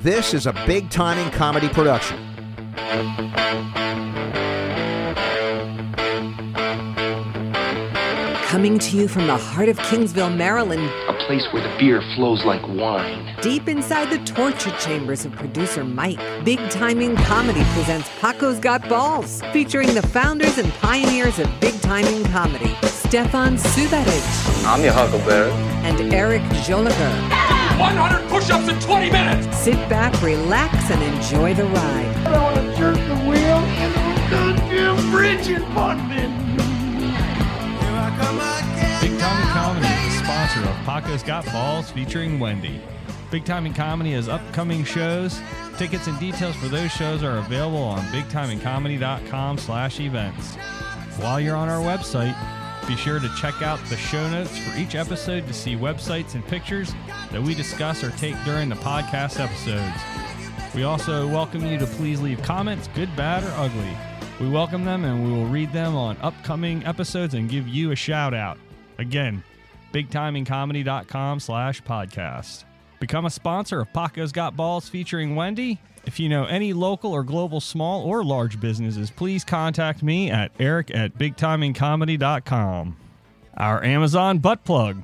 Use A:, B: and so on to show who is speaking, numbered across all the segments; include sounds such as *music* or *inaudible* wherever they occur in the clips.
A: This is a big timing comedy production.
B: Coming to you from the heart of Kingsville, Maryland,
C: a place where the beer flows like wine.
B: deep inside the torture chambers of producer Mike, Big Timing Comedy presents Paco's Got Balls, featuring the founders and pioneers of big timing comedy, Stefan Subatic
D: I'm your Huckleberry.
B: and Eric Joliker.
E: 100 push-ups in 20 minutes.
B: Sit back, relax, and enjoy the ride.
F: Big Time in Comedy is the sponsor of Paco's Got Balls featuring Wendy. Big Time in Comedy has upcoming shows. Tickets and details for those shows are available on bigtimeincomedy.com slash events. While you're on our website, be sure to check out the show notes for each episode to see websites and pictures that we discuss or take during the podcast episodes. We also welcome you to please leave comments, good, bad, or ugly. We welcome them and we will read them on upcoming episodes and give you a shout out. Again, bigtimingcomedy.com slash podcast. Become a sponsor of Paco's Got Balls featuring Wendy. If you know any local or global small or large businesses, please contact me at eric at bigtimingcomedy.com. Our Amazon butt plug.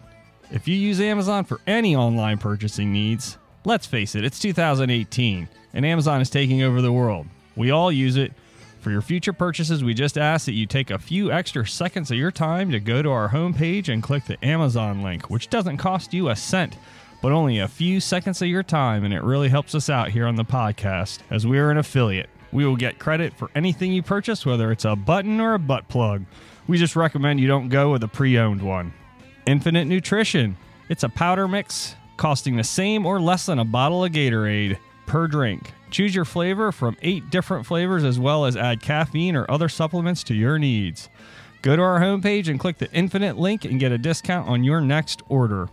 F: If you use Amazon for any online purchasing needs, let's face it, it's 2018 and Amazon is taking over the world. We all use it. For your future purchases, we just ask that you take a few extra seconds of your time to go to our homepage and click the Amazon link, which doesn't cost you a cent, but only a few seconds of your time, and it really helps us out here on the podcast as we are an affiliate. We will get credit for anything you purchase, whether it's a button or a butt plug. We just recommend you don't go with a pre owned one. Infinite Nutrition. It's a powder mix costing the same or less than a bottle of Gatorade per drink. Choose your flavor from eight different flavors as well as add caffeine or other supplements to your needs. Go to our homepage and click the Infinite link and get a discount on your next order.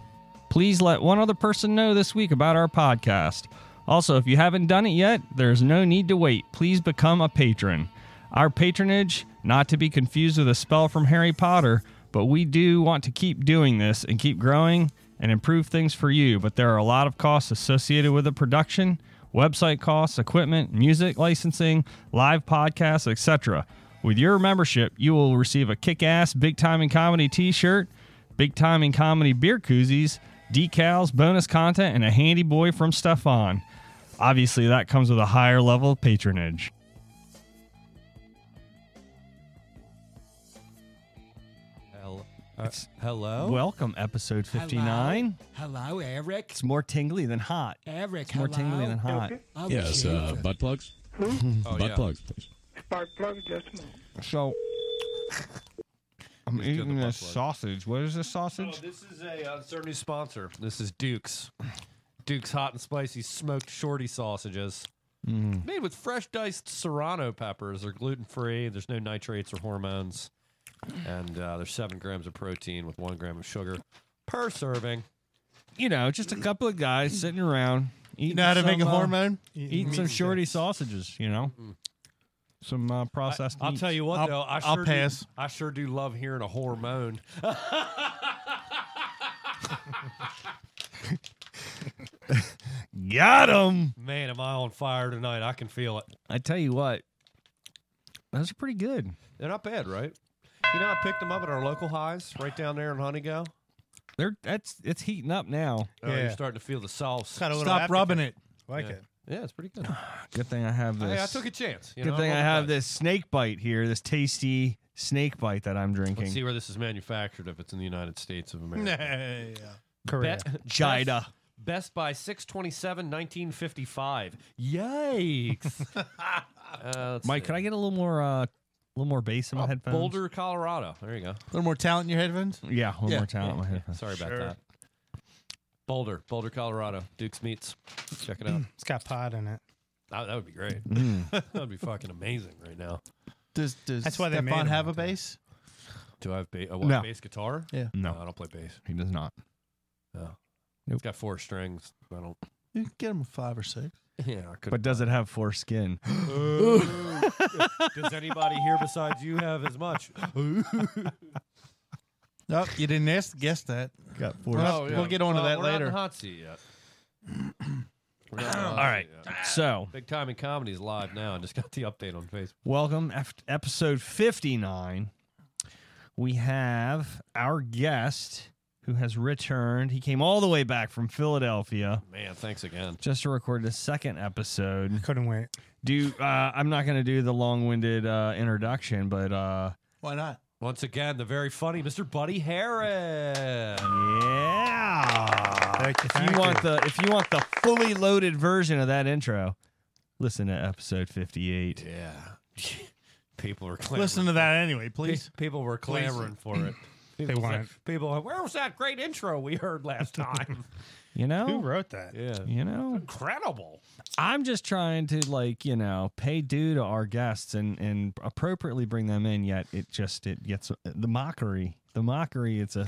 F: Please let one other person know this week about our podcast. Also, if you haven't done it yet, there's no need to wait. Please become a patron. Our patronage, not to be confused with a spell from Harry Potter, but we do want to keep doing this and keep growing and improve things for you. But there are a lot of costs associated with the production website costs, equipment, music licensing, live podcasts, etc. With your membership, you will receive a kick ass Big Time in Comedy t shirt, Big Time in Comedy beer koozies, decals, bonus content, and a handy boy from Stefan. Obviously, that comes with a higher level of patronage.
G: Hel- uh,
F: It's-
G: hello?
F: Welcome, episode 59.
H: Hello, Hello, Eric.
F: It's more tingly than hot.
H: Eric,
F: It's more
H: hello.
F: tingly than hot.
H: Oh,
I: Yes, uh,
H: Jesus.
I: butt plugs.
G: Oh,
I: butt
G: yeah.
I: plugs, please.
F: So, I'm
G: doing the
F: eating this
G: butt plug.
F: sausage. What is this sausage?
J: This is a uh, it's our new sponsor. This is Duke's. Duke's hot and spicy smoked shorty sausages. Made with fresh diced serrano peppers. They're gluten free. There's no nitrates or hormones. And uh, there's seven grams of protein with one gram of sugar per serving.
F: You know, just a couple of guys sitting around eating
G: know how to
F: some,
G: make a
F: uh,
G: hormone?
F: Eating some shorty sausages, you know? Some uh, processed
J: I'll
F: meats.
J: tell you what,
G: I'll-
J: though. I
G: I'll
J: sure
G: pass.
J: Do, I sure do love hearing a hormone.
F: Got them!
J: Man, am I on fire tonight. I can feel it.
F: I tell you what, those are pretty good.
J: They're not bad, right? You know, I picked them up at our local highs right down there in Honeygo.
F: They're that's It's heating up now.
J: Oh, you're
G: Yeah.
J: starting to feel the sauce.
G: Got a little
H: Stop
G: aftertaste.
H: rubbing it.
G: Like it.
J: Yeah, it's pretty good.
F: Good thing I have this.
J: Hey, I took a chance. You
F: Good
J: know,
F: thing
J: I'm
F: I
J: on the
F: have
J: fence.
F: this snake bite here, this tasty snake bite that I'm drinking.
J: Let's see where this is manufactured if it's in the United States of America.
G: yeah.
J: Correct.
F: Jida.
J: Best Buy 627 1955. Yikes. uh, let's
F: Mike,
J: see.
F: could I get a little more, uh, a little more bass in my headphones?
J: Boulder, Colorado. There you go.
G: A little more talent in your headphones?
F: Yeah, one
G: Yeah.
F: more time. in my headphones.
J: Sorry about
G: Sure.
J: that. Boulder, Boulder, Colorado. Duke's Meats. Check it out.
H: It's got pot in it.
J: that, that would be great. *laughs*
G: Mm.
J: that would be fucking amazing right now.
G: Does, does
H: That's why they made
G: Stefan
H: 'em
G: have a
H: like that.
G: bass?
J: Do I have ba- oh, what,
F: No.
J: bass guitar?
G: Yeah.
F: No.
J: I don't play bass.
F: He does not.
J: It's got four strings. I don't.
G: You can get him five or six.
J: *laughs* Yeah, I could.
F: But does it have foreskin?
J: Oh, *laughs* does anybody here besides you have as
G: *laughs*
J: much?
G: Nope, you didn't ask, guess that.
F: Got
G: We're
F: foreskin.
G: not- we'll get on to
J: Well,
G: that *clears throat*
J: we're not in
G: later.
J: the hot seat yet.
F: All right. So,
J: Big Time in Comedy is live now. I just got the update on Facebook.
F: welcome. After episode 59, we have our guest who has returned. He came all the way back from Philadelphia
J: Man, thanks again.
F: just to record the second episode.
K: Couldn't wait.
F: Do uh, I'm not going to do the long-winded uh, introduction, but uh,
G: Why not?
J: Once again, the very funny Mr. Buddy Harris.
F: yeah.
K: Thank you.
F: If you want the if you want the fully loaded version of that intro, listen to episode 58.
J: Yeah. *laughs* People were clamoring.
G: Listen to that anyway, please.
J: Pe- people were clamoring for it. People
K: want
J: said- People, were, where was that great intro we heard last time?
F: You know?
K: wrote that?
J: yeah.
F: You know,
J: Incredible.
F: I'm just trying to like, you know, pay due to our guests and and appropriately bring them in yet it just it gets the mockery. The mockery, it's a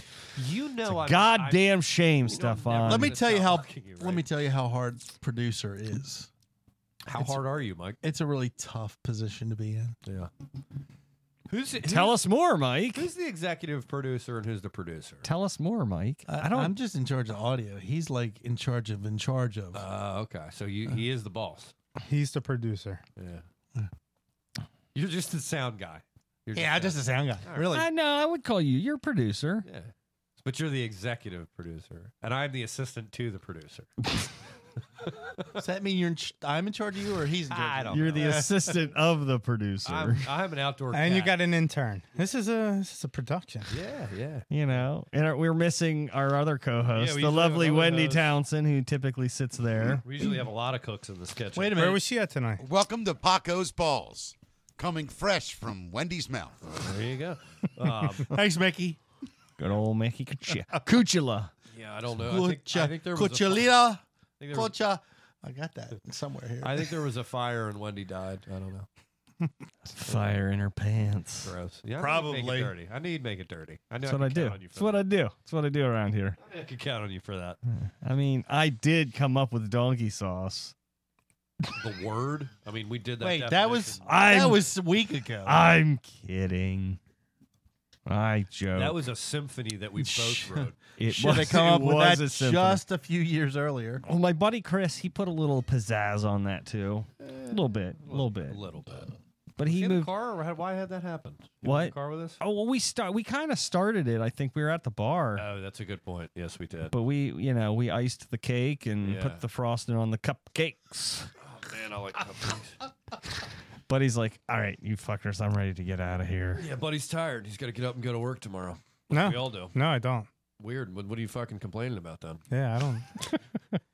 J: You know, Oh, I'm,
F: goddamn shame,
J: never-
F: Stefan.
G: Let me
J: It's
G: tell you
J: not
G: how.
J: working, you're
G: Let me
J: right.
G: tell you how hard producer is.
J: I'm- how hard are you, Mike?
G: It's a really tough position to be in.
J: Yeah. Who's who's,
F: tell us more, Mike.
J: who's the executive producer and who's the producer?
F: Tell us more,
J: Uh,
F: Mike.
G: I, don't. I'm just in charge of audio. He's like in charge of in charge of.
J: Uh, okay. So you he is the boss.
K: He's the producer.
J: Yeah. You're just the sound guy. You're
K: a sound guy.
G: really?
F: I know. I would call you your producer.
J: the- yeah. But you're the executive producer, and I'm the assistant to the producer.
G: Does that mean you're? In ch- I'm in charge of you, or he's? In charge
J: I
G: of
J: don't
G: you?
J: *laughs*
F: You're the assistant of the producer.
J: I'm, I'm an outdoor.
K: And you
J: cat.
K: got an intern. This is a this is a production.
J: Yeah, yeah.
F: you know, and our- we're missing our other
J: Yeah,
F: co-host,
J: we
F: the
J: usually have
F: lovely
J: another
F: Wendy
J: host.
F: Townsend, who typically
J: *laughs*
F: sits there.
J: We usually have a lot of cooks in this kitchen.
G: Wait a
K: Where
G: minute.
K: was she at tonight?
L: Welcome to Paco's Balls, coming fresh from Wendy's mouth.
J: there you go. Um,
G: Thanks, Mickey.
F: Good old Mickey Cuch-
J: *laughs*
F: Cuchula.
J: yeah, I don't know. I think, I think there was a fire. I
G: Cuchalita.
J: think there was-
G: Cucha. I got that somewhere here.
J: I think there was a fire and Wendy died. I don't know.
F: Fire in her pants.
J: Gross. Yeah, I Need to make
G: Probably.
J: it dirty. I need to make it dirty. I know.
F: That's what I
J: I, can
F: do.
J: count on you
F: That's
J: for
F: what I do. That's what I do around here.
J: that. I could count on you for that.
F: I mean, I did come up with donkey sauce.
J: The word. I mean, we did that.
G: Wait, that was
J: definition.
F: I'm-
G: that was a week
J: Oh.
G: ago.
F: I'm kidding. I joke.
J: that was a symphony that we both wrote.
F: it
G: Should have
F: was-
G: come
F: it
G: up with
F: was
G: that
F: a symphony.
G: just a few years earlier.
F: Well, my buddy Chris, he put a little pizzazz on that too, a little bit, a little bit.
J: Eh, A little bit.
F: But he
J: in
F: moved.
J: the car? Or had, why had that happen? You were
F: What?
J: In the car with us?
F: Oh well, we start. We kind of started it. I think we were at the bar,
J: Oh, that's a good point. Yes, we did.
F: but we, you know, we iced the cake and
J: Yeah.
F: put the frosting on the cupcakes.
J: Man, I like cupcakes.
F: But he's like, "All right, you fuckers, I'm ready to get out of here."
J: yeah, buddy's tired. He's got to get up and go to work tomorrow.
K: No.
J: We all do.
K: No, I don't.
J: Weird. What, what are you fucking complaining about then?
K: Yeah, I don't. *laughs*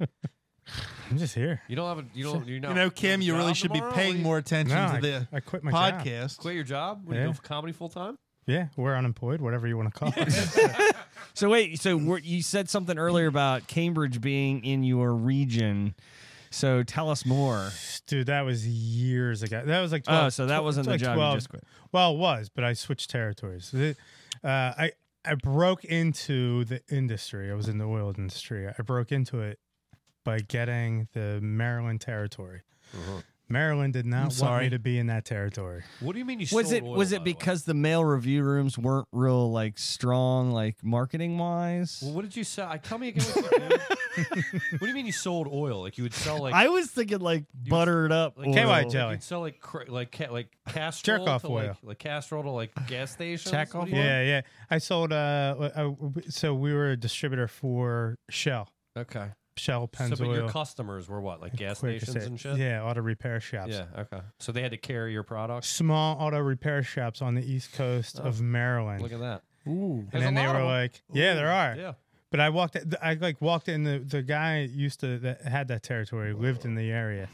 K: I'm just here.
J: You don't have a. You don't. You're not,
G: You know, Kim, you really should be paying more attention
K: No, I-
G: to the
K: I quit my job.
G: podcast.
J: Quit your job. What, You
K: Yeah.
J: go for comedy full time.
K: Yeah, we're unemployed, whatever you want to call it.
F: *laughs* So wait, so we're, you said something earlier about Cambridge being in your region. So tell us more.
K: Dude, that was years ago. That was like
F: Oh,
K: 12.
F: so that
K: tw-
F: wasn't the
K: like
F: job you
K: 12
F: just quit.
K: Well, it was, but I switched territories. The- uh, I I broke into the industry. I was in the oil industry. I broke into it by getting the Maryland territory.
F: Uh-huh.
K: Maryland did not want
G: sorry.
K: me to be in that territory.
J: What do you mean you
F: Was
J: sold
F: it
J: oil,
F: was
J: by
F: it
J: the way?
F: because the male review rooms weren't real like strong like marketing wise?
J: Well, what did you sell? I tell me again. What, you did. what do you mean you sold oil? Like you would sell like
F: I was thinking like buttered up.
J: like
K: KY
F: oil.
K: gel.
J: Like you'd sell like cra- like ca- like castrol
K: Jerk-off
J: to like,
K: oil.
J: like castrol to like gas stations.
F: Check
J: What
F: off
J: do you-
K: Yeah, yeah. I sold. Uh, I, so we were a distributor for Shell,
J: Okay.
K: Shell Pennzoil.
J: So, but your customers were what, like gas
K: Quick
J: stations
K: Assist.
J: and shit?
K: Yeah, auto repair shops.
J: Yeah. Okay. So they had to carry your products.
K: Small auto repair shops on the east coast of Maryland.
J: Look at that.
G: Ooh.
J: Oh. There's
K: and
J: a
K: then they
J: lot of
K: were
J: them.
K: like, "Yeah, there are."
J: Yeah.
K: But I walked. I like walked in. The the guy used to that had that territory lived in the area,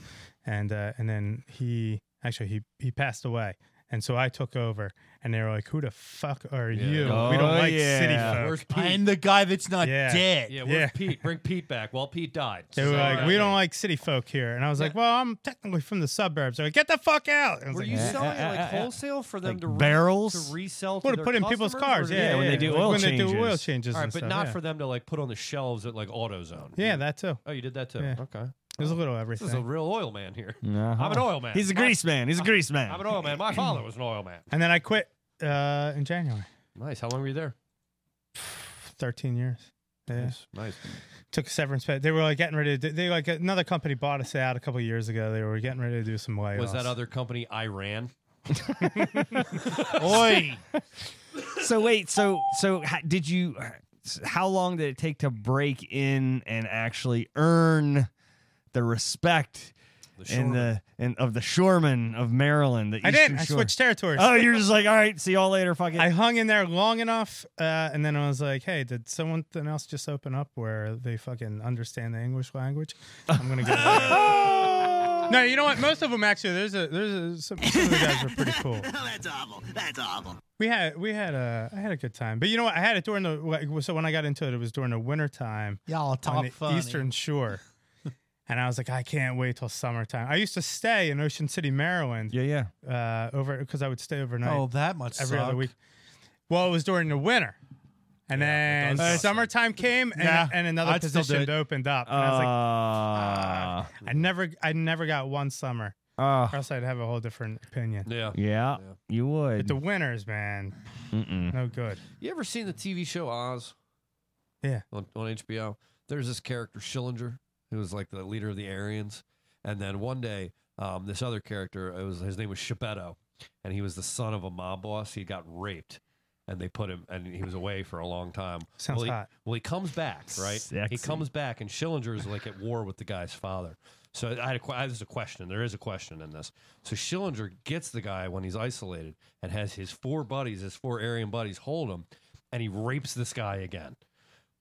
K: and uh, and then he actually he he passed away, and so I took over. And they were like, "Who the fuck are you? we
F: Oh,
K: don't like
F: yeah.
K: city
J: Where's
K: folk."
J: Pete?
G: I'm the guy that's not
K: Yeah.
G: dead.
J: yeah. Where's
K: Yeah.
J: Pete? Bring Pete back. Well, Pete died.
K: They were
J: So- uh,
K: like, "We don't like city folk here." And I was like, "Well, I'm technically from the suburbs." They're like, "Get the fuck out!" And I was
J: Were
K: like,
J: you
K: "Eh."
J: selling it like
F: uh, uh, uh,
J: wholesale for them
F: like
J: to re-
F: barrels?
J: to resell to
K: Well, to
J: their
K: put in people's
J: customers,
K: cars,
J: or-
K: yeah,
F: Yeah, when they do oil
K: when they do oil
F: changes.
K: changes.
J: All right,
K: and
J: but
K: stuff,
J: not
K: yeah.
J: for them to like put on the shelves at like AutoZone.
K: Yeah, that too.
J: Oh, you did that too.
K: Yeah.
J: Okay.
K: There's a Mm-hmm. little
J: This is a
K: everything.
J: real oil man here.
F: Uh-huh.
J: I'm an
F: *laughs*
J: oil man.
F: He's a grease man. He's a grease man.
J: I'm an oil man. My father was an oil man.
K: And then I quit uh, in January.
J: Nice. How long were you there?
K: Thirteen years. Yeah.
J: Nice.
K: took a severance pay. They were like getting ready to. They like another company bought us out a couple years ago. They were getting ready to do some layoffs.
J: Was that other company Iran?
G: Oi.
F: *laughs* So wait, so so how, did you? How long did it take to break in and actually earn the respect and the and of the shoremen of Maryland? The
K: I
F: Eastern
K: didn't. I
F: Shore?
K: switched territories.
F: Oh,
K: *laughs*
F: you're just like, all right, see y'all later, fucking.
K: I hung in there long enough, uh, and then I was like, "Hey, did someone else just open up where they fucking understand the English language?" I'm gonna
G: *laughs*
K: go. there. no, you know what? Most of them actually. There's a there's a, some, some of the guys are pretty cool. *laughs* That's awful. That's awful. We had we had a I had a good time, but you know what? I had it during the like, so when I got into it, it was during the winter time
G: Y'all
K: on
G: talk
K: the
G: funny.
K: Eastern
G: *laughs*
K: Shore. And I was like, I can't wait till summertime. I used to stay in Ocean City, Maryland,
F: yeah, yeah.
K: uh, over because I would stay overnight
G: Oh, that much
K: every
G: suck.
K: other week. Well, it was during the winter. And then
J: does suck.
K: summertime came and,
G: Nah,
K: and another
G: I'd still do
K: position
G: it.
K: opened up. And I was like,
F: Uh,
K: I never I never got one summer.
F: uh,
K: Or else I'd have a whole different opinion.
J: Yeah.
F: yeah, you
K: But
F: would.
K: the winters, man,
F: Mm-mm.
K: no good.
J: You ever seen the TV show Oz?
K: Yeah.
J: On, on HBO, there's this character Schillinger who was like the leader of the Aryans, and then one day, um, this other character, it was his name was Geppetto, and he was the son of a mob boss. He got raped, and they put him, and he was away for a long time.
K: Sounds
J: well, he,
K: hot.
J: Well, he comes back, right?
F: Sexy.
J: He comes back, and Schillinger is like at war with the guy's father. So I had a, que- I- there's a question. There is a question in this. So Schillinger gets the guy when he's isolated and has his four buddies, his four Aryan buddies, hold him, and he rapes this guy again.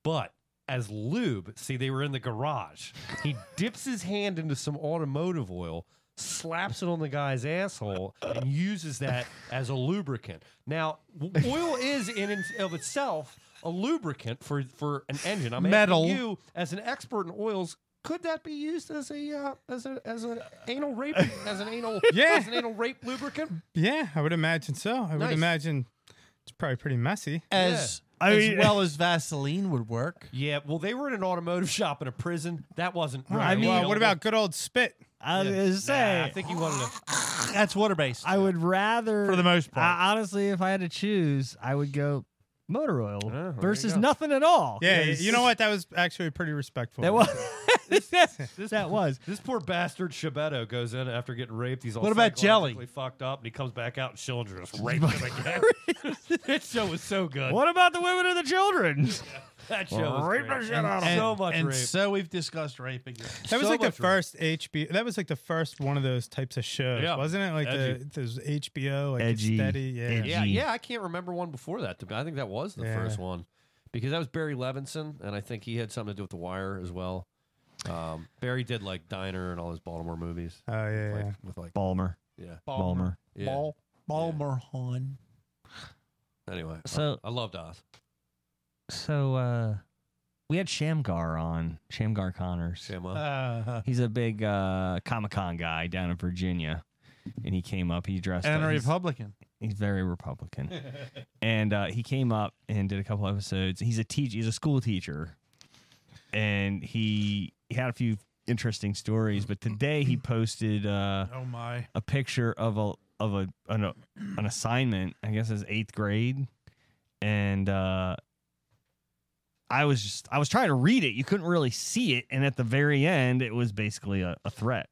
J: But as lube, see, they were in the garage. He dips his hand into some automotive oil, slaps it on the guy's asshole, and uses that as a lubricant. Now, w- oil is in and of itself a lubricant for for an engine. I'm
G: Metal.
J: asking you as an expert in oils. Could that be used as a uh, as a as an anal rape as an anal
K: Yeah.
J: as an anal rape lubricant?
K: Yeah, I would imagine so. I would
J: Nice.
K: imagine it's probably pretty messy.
G: As
F: I
G: as
F: mean-
G: well as Vaseline would work.
J: Yeah, well, they were in an automotive shop in a prison. That wasn't. Right.
F: mean-
K: well, what about good old spit?
F: I was gonna say,
J: I think you wanted to.
G: That's water based.
F: I would rather,
G: For the most part.
F: I, honestly, if I had to choose, I would go motor oil
J: Oh, there you
F: versus
J: go.
F: nothing at all.
K: Yeah,
F: 'cause
K: you know what? That was actually pretty respectful.
F: That *laughs* was. that was.
J: This poor bastard Shibetto goes in after getting raped. He's all
G: What about Jelly?
J: psychologically Fucked up, and he comes back out and Schillinger just raped him again. that show was so good.
F: What about the women and the children?
J: That show was
F: Rape
J: great.
F: the shit out of
G: and,
J: so much
G: and
J: rape.
G: so we've discussed rape again.
K: That was
J: So
K: like the
J: much rape.
K: first HBO. That was like the first one of those types of shows,
J: Yeah.
K: wasn't it? Like
J: Edgy.
K: the those HBO, like
F: Edgy.
K: steady, yeah.
F: Edgy.
J: yeah,
F: Gee.
J: yeah. I can't remember one before that. To be, I think that was the
K: Yeah.
J: first one because that was Barry Levinson, and I think he had something to do with The Wire as well. Um, Barry did like Diner and all his Baltimore movies.
K: Oh yeah,
J: Like,
K: yeah.
J: with like
F: Balmer.
J: yeah,
F: Balmer.
J: yeah.
G: Ball, Balmer Hahn.
J: Anyway, uh,
F: So-
J: I, I loved Oz.
F: So uh, we had Shamgar on Shamgar Connors.
J: Shamwell.
G: Uh,
F: He's a big uh, Comic Con guy down in Virginia, and he came up. He dressed
G: and a
F: up. He's-
G: Republican.
F: He's very Republican, and uh, he came up and did a couple episodes. He's a teacher. He's a school teacher, and he he had a few interesting stories. But today he posted uh,
G: Oh my.
F: a picture of a of a an, an assignment. I guess it's eighth grade, and uh, I was just I was trying to read it. You couldn't really see it, and at the very end, it was basically a, a threat.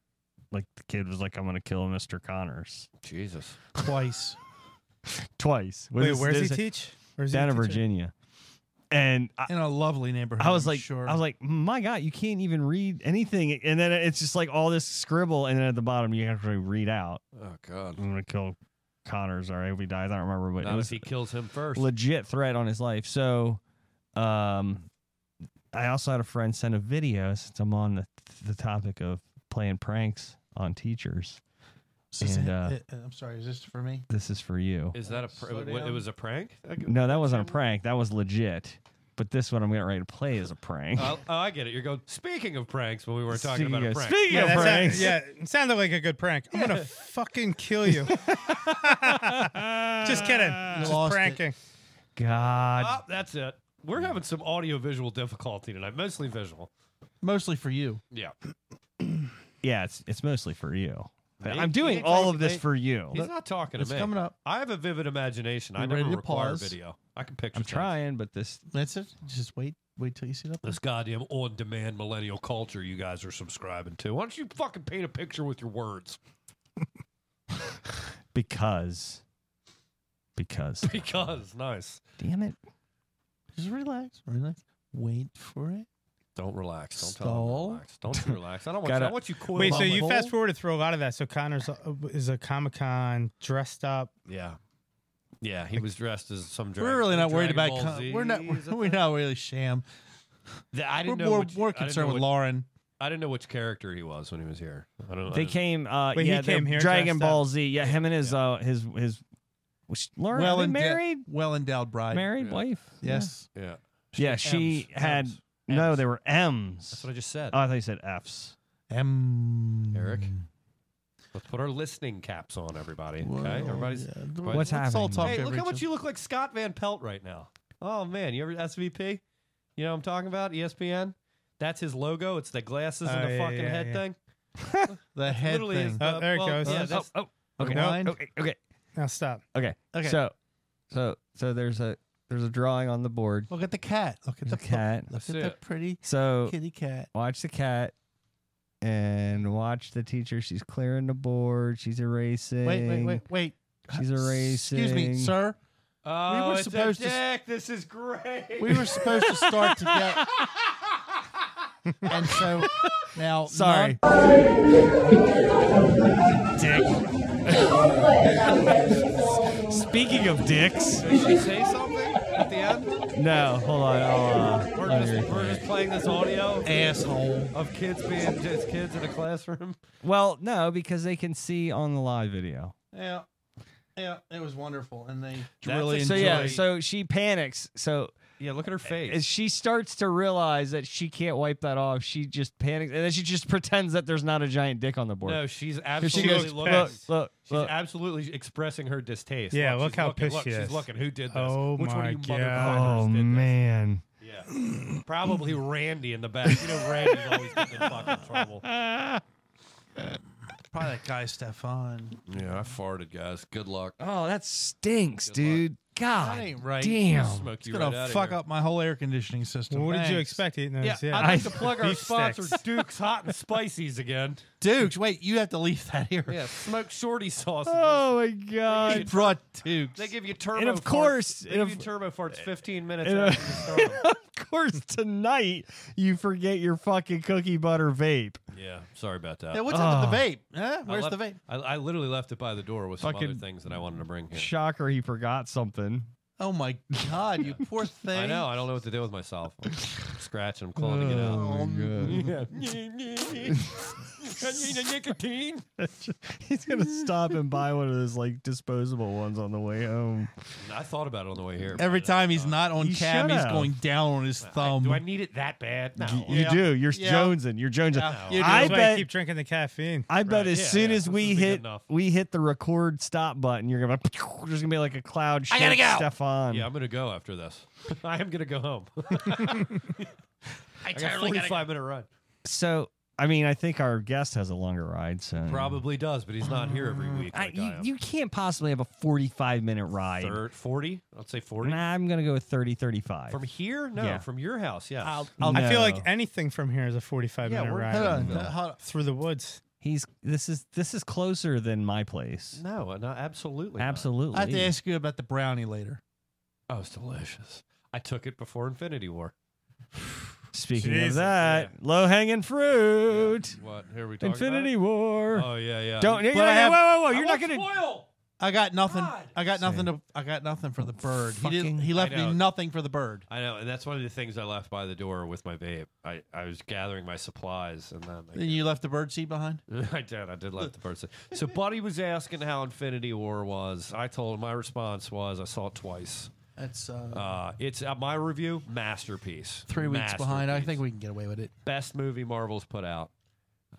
F: Like the kid was like, "I'm gonna kill Mr. Connors
J: Jesus.
G: Twice.
F: twice." With
K: Wait,
F: his-
K: where's he
F: there's a-
K: teach? Where's
F: Down in
K: teach at?
F: Virginia, and I,
G: in a lovely neighborhood.
F: I was
G: I'm
F: like,
G: sure.
F: I was like, my God, you can't even read anything, and then it's just like all this scribble, and then at the bottom you have to read out.
J: Oh God.
F: I'm gonna kill Connors, or I hope he dies. I don't remember, but
J: Not
F: it
J: if
F: was
J: he kills him first.
F: legit threat on his life. So, um, I also had a friend send a video since I'm on the, the topic of playing pranks on teachers.
G: Is this
F: and,
G: it?
F: uh,
G: It- I'm sorry, is this for me?
F: This is for you.
J: Is that a? Pr-
G: Slow
J: what- it
G: down.
J: was a prank.
F: No, that wasn't a prank. That was legit. But this one I'm getting ready to play is a prank.
J: Oh, oh, I get it. You're going. Speaking of pranks, when we were talking about a
F: Speaking of-
J: prank,
F: Speaking
K: Yeah,
F: of
K: that sound-
F: pranks,
K: yeah, it sounded like a good prank. I'm
F: *laughs*
K: gonna fucking kill you. Just
F: *laughs*
K: kidding. Just
G: lost it.
K: pranking.
F: God,
J: Oh, that's it. We're having some audio visual difficulty tonight, mostly visual.
G: Mostly for you.
J: Yeah,
F: yeah, it's it's mostly for you.
J: Hey,
F: I'm
J: hey,
F: doing all
J: hey,
F: of this
J: hey.
F: for you.
J: he's not talking to
G: It's
J: me.
G: coming up.
J: I have a vivid imagination. I
G: You
J: never
G: ready to
J: require
G: pause?
J: video. I can picture.
F: I'm
J: things.
F: trying, but this
G: That's it. Just wait
M: Wait till you see that.
J: This goddamn on demand millennial culture you guys are subscribing to. Why don't you fucking paint a picture with your words? *laughs*
F: because because
J: Because, nice.
F: damn it
G: Just relax, relax. Wait for it.
J: Don't relax. Don't tell
G: Stall.
J: them relax. Don't you relax. I
G: *laughs*
J: don't want
F: Gotta-
J: you. I want you coiled
K: Wait,
J: up
K: so you
J: like-
K: fast forwarded through a lot of that. So Connor's uh, is a Comic Con dressed up.
J: Yeah. Yeah, he was dressed as some drag-
G: We're really not worried
J: Dragon
G: about.
J: Ball
G: Con-
J: Z.
G: we're not. We're, we're not really sham.
J: The- I
G: We're
J: didn't know
G: more,
J: which- I
G: more
J: didn't know
G: concerned with
J: which-
G: Lauren.
J: I didn't know which character he was when he was here. I don't know.
F: they came uh
K: Wait, he
F: yeah they-
K: came here
F: dragon
K: dressed
F: ball z yeah him and his uh his his was Laura
G: Well
F: well
G: endowed.
F: married
G: Well endowed bride.
F: married
J: yeah.
F: wife
G: Yes.
J: Yeah.
F: yeah, Yeah, she
G: M's,
F: had
G: M's,
F: no
G: M's.
F: they were m's
J: That's what I just said.
G: Uh,
F: oh i thought you said f's
G: M.
J: Eric. Let's put our listening caps on, everybody. Okay,
G: Well,
J: everybody's.
G: yeah,
J: What's
G: let's All
F: happening?
G: talk
J: hey,
G: to
J: look how much
G: Rachel.
J: you look like Scott Van Pelt right now. Oh man, you ever SVP? You know what I'm talking about? E ESPN. That's his logo. It's the glasses and
K: Oh,
J: the
K: yeah,
J: fucking
K: yeah,
J: head
K: yeah.
J: thing.
G: The head
J: Literally, is
G: thing.
J: the-
K: Oh, there it
J: well,
K: goes.
J: Yeah,
K: Oh,
J: that's-
F: oh
G: okay. Rewind.
F: okay okay
K: Now stop.
F: okay
G: Okay.
F: so so so there's a there's a drawing on the board
G: Look at the cat. Look at
F: The
G: the,
F: cat. Oh.
G: Look
J: That's
G: at
J: it.
G: the pretty
F: so
G: kitty cat.
F: watch the cat and watch the teacher she's clearing the board she's erasing
G: Wait, wait, wait, wait.
F: She's
G: Excuse me,
F: erasing.
G: sir.
J: Oh,
G: were
J: it's a
G: supposed to s-
J: dick. This is great.
G: We were supposed to start together. and so now,
F: Sorry.
G: None,
F: Speaking of dicks,
J: Did she say something at the end?
F: no, hold on. I'll, uh,
J: We're
F: let me
J: just, we're
F: replay
J: just
F: it.
J: playing this audio
G: Oh, asshole.
J: of kids being just kids in a classroom.
F: well, no, because they can see on the live video.
G: Yeah. Yeah, it was wonderful, and they
J: That's
G: really
J: a-
F: So
G: enjoyed.
F: yeah, so she panics. So
J: Yeah, look at her face.
F: as she starts to realize that she can't wipe that off, she just panics, and then she just pretends that there's not a giant dick on the board.
J: no, she's
F: Here she
J: absolutely
F: goes.
J: looking.
F: Look, look,
J: She's
F: look.
J: absolutely expressing her distaste.
K: Yeah, look
J: she's
K: how
J: looking,
K: pissed
J: look,
K: she
J: she's
K: is.
J: looking. Who did this?
K: Oh
J: Which one
K: my
J: of you
K: God.
J: motherfuckers
F: Oh
J: did this?
F: man.
J: Yeah, probably Randy in the back. You know, Randy's always getting in fucking trouble.
G: probably that guy Stefan.
J: Yeah, I farted, guys. Good luck.
F: Oh, that stinks, dude. God
G: That ain't right.
F: damn.
J: Smoke
G: It's
J: you
G: gonna
J: right
G: fuck
J: up.
G: up my whole air conditioning system.
K: Well, what did you
G: Thanks.
K: expect? Eating those?
J: Yeah,
K: Yeah.
J: I'd like to plug our
K: Beef
J: sponsor,
K: sticks.
J: Duke's Hot and Spices, again.
G: Dukes? Wait, you have to leave that here. *laughs*
J: Yeah, smoked shorty sausages.
F: Oh my
G: He
F: god.
G: brought Dukes.
J: They give you turbo.
F: And of
J: farts-
F: course-
J: they
F: and
J: give
F: of-
J: you turbo farts 15 minutes
F: and, uh,
J: after you start 'em.
F: *laughs* of course, tonight you forget your fucking cookie butter vape.
J: Yeah, sorry about that.
G: Yeah, what's up
K: Ah.
G: with the vape? Huh?
J: I
G: Where's
J: left-
G: the vape?
J: I, I literally left it by the door with some other
F: Fucking-
J: things that I wanted to bring here.
F: Shocker, he forgot something.
G: Oh my god, you poor
J: *laughs*
G: thing.
J: I know. I don't know what to do with myself. I'm scratching. I'm clawing to get out. *laughs* nicotine.
F: *laughs* He's gonna stop and buy one of those like disposable ones on the way home.
J: I thought about it on the way here.
G: Every
J: but,
G: time he's not on
F: You
G: cam,
F: shut
G: he's
F: up.
G: going down on his
J: uh,
G: thumb.
J: do Uh, I need it that bad? No.
F: You
G: Yeah.
F: do. You're
G: Yeah.
F: jonesing. You're jonesing.
G: Yeah, you do.
F: I
K: That's why
F: bet.
K: you keep drinking the caffeine.
F: I bet
J: Right,
F: as
J: yeah,
F: soon
J: yeah,
F: as
J: this
F: we
J: isn't good
F: hit
J: enough.
F: we hit the record stop button, you're gonna *laughs* there's gonna be like a cloud.
G: I gotta
F: shaped
G: go.
F: Stefan.
J: Yeah, I'm gonna go after this. *laughs* I am gonna go home. *laughs* I got a
G: gotta
J: 45 minute run.
F: So I mean, I think our guest has a longer ride. So
J: Probably does, but he's not here every week.
F: I,
J: Like
F: you,
J: I am.
F: you can't possibly have a 45 minute ride.
J: Thir- 40? I'd say 40.
F: Nah, I'm gonna go with 30, 35.
J: From here? No,
F: Yeah.
J: from your house. Yeah.
K: I feel like
F: No.
K: anything from here is a 45
J: Yeah,
K: minute
J: we're-
K: ride
G: Hold on,
J: *laughs*
G: hold on.
K: through the woods.
F: He's this is this is closer than my place.
J: no, no, absolutely. not.
F: Absolutely.
G: I have to ask you about the brownie later.
J: Oh, it's delicious. I took it before Infinity War.
F: Speaking of
J: Jesus,
F: that, low hanging fruit.
J: What? Here we talking about
F: Infinity
J: it?
F: War.
J: Oh yeah, yeah.
F: Don't.
G: I have-
F: whoa, whoa, whoa!
J: I
F: You're not
J: want
F: gonna.
J: spoil.
G: I got nothing.
J: God.
G: I got nothing. To, I got nothing for the bird. He
F: Fucking-
G: didn't. He left
J: know.
G: me nothing for the bird.
J: I know, and that's one of the things I left by the door with my vape. I, I was gathering my supplies, and
G: Then
J: then
G: you left the bird seed behind.
J: *laughs* I, I did. I did let the person. So Buddy was asking how Infinity War was. I told him my response was I saw it twice.
G: That's uh,
J: Uh, it's uh, my review masterpiece.
G: three weeks behind. I
J: Masterpiece.
G: think we can get away with it.
J: best movie Marvel's put out.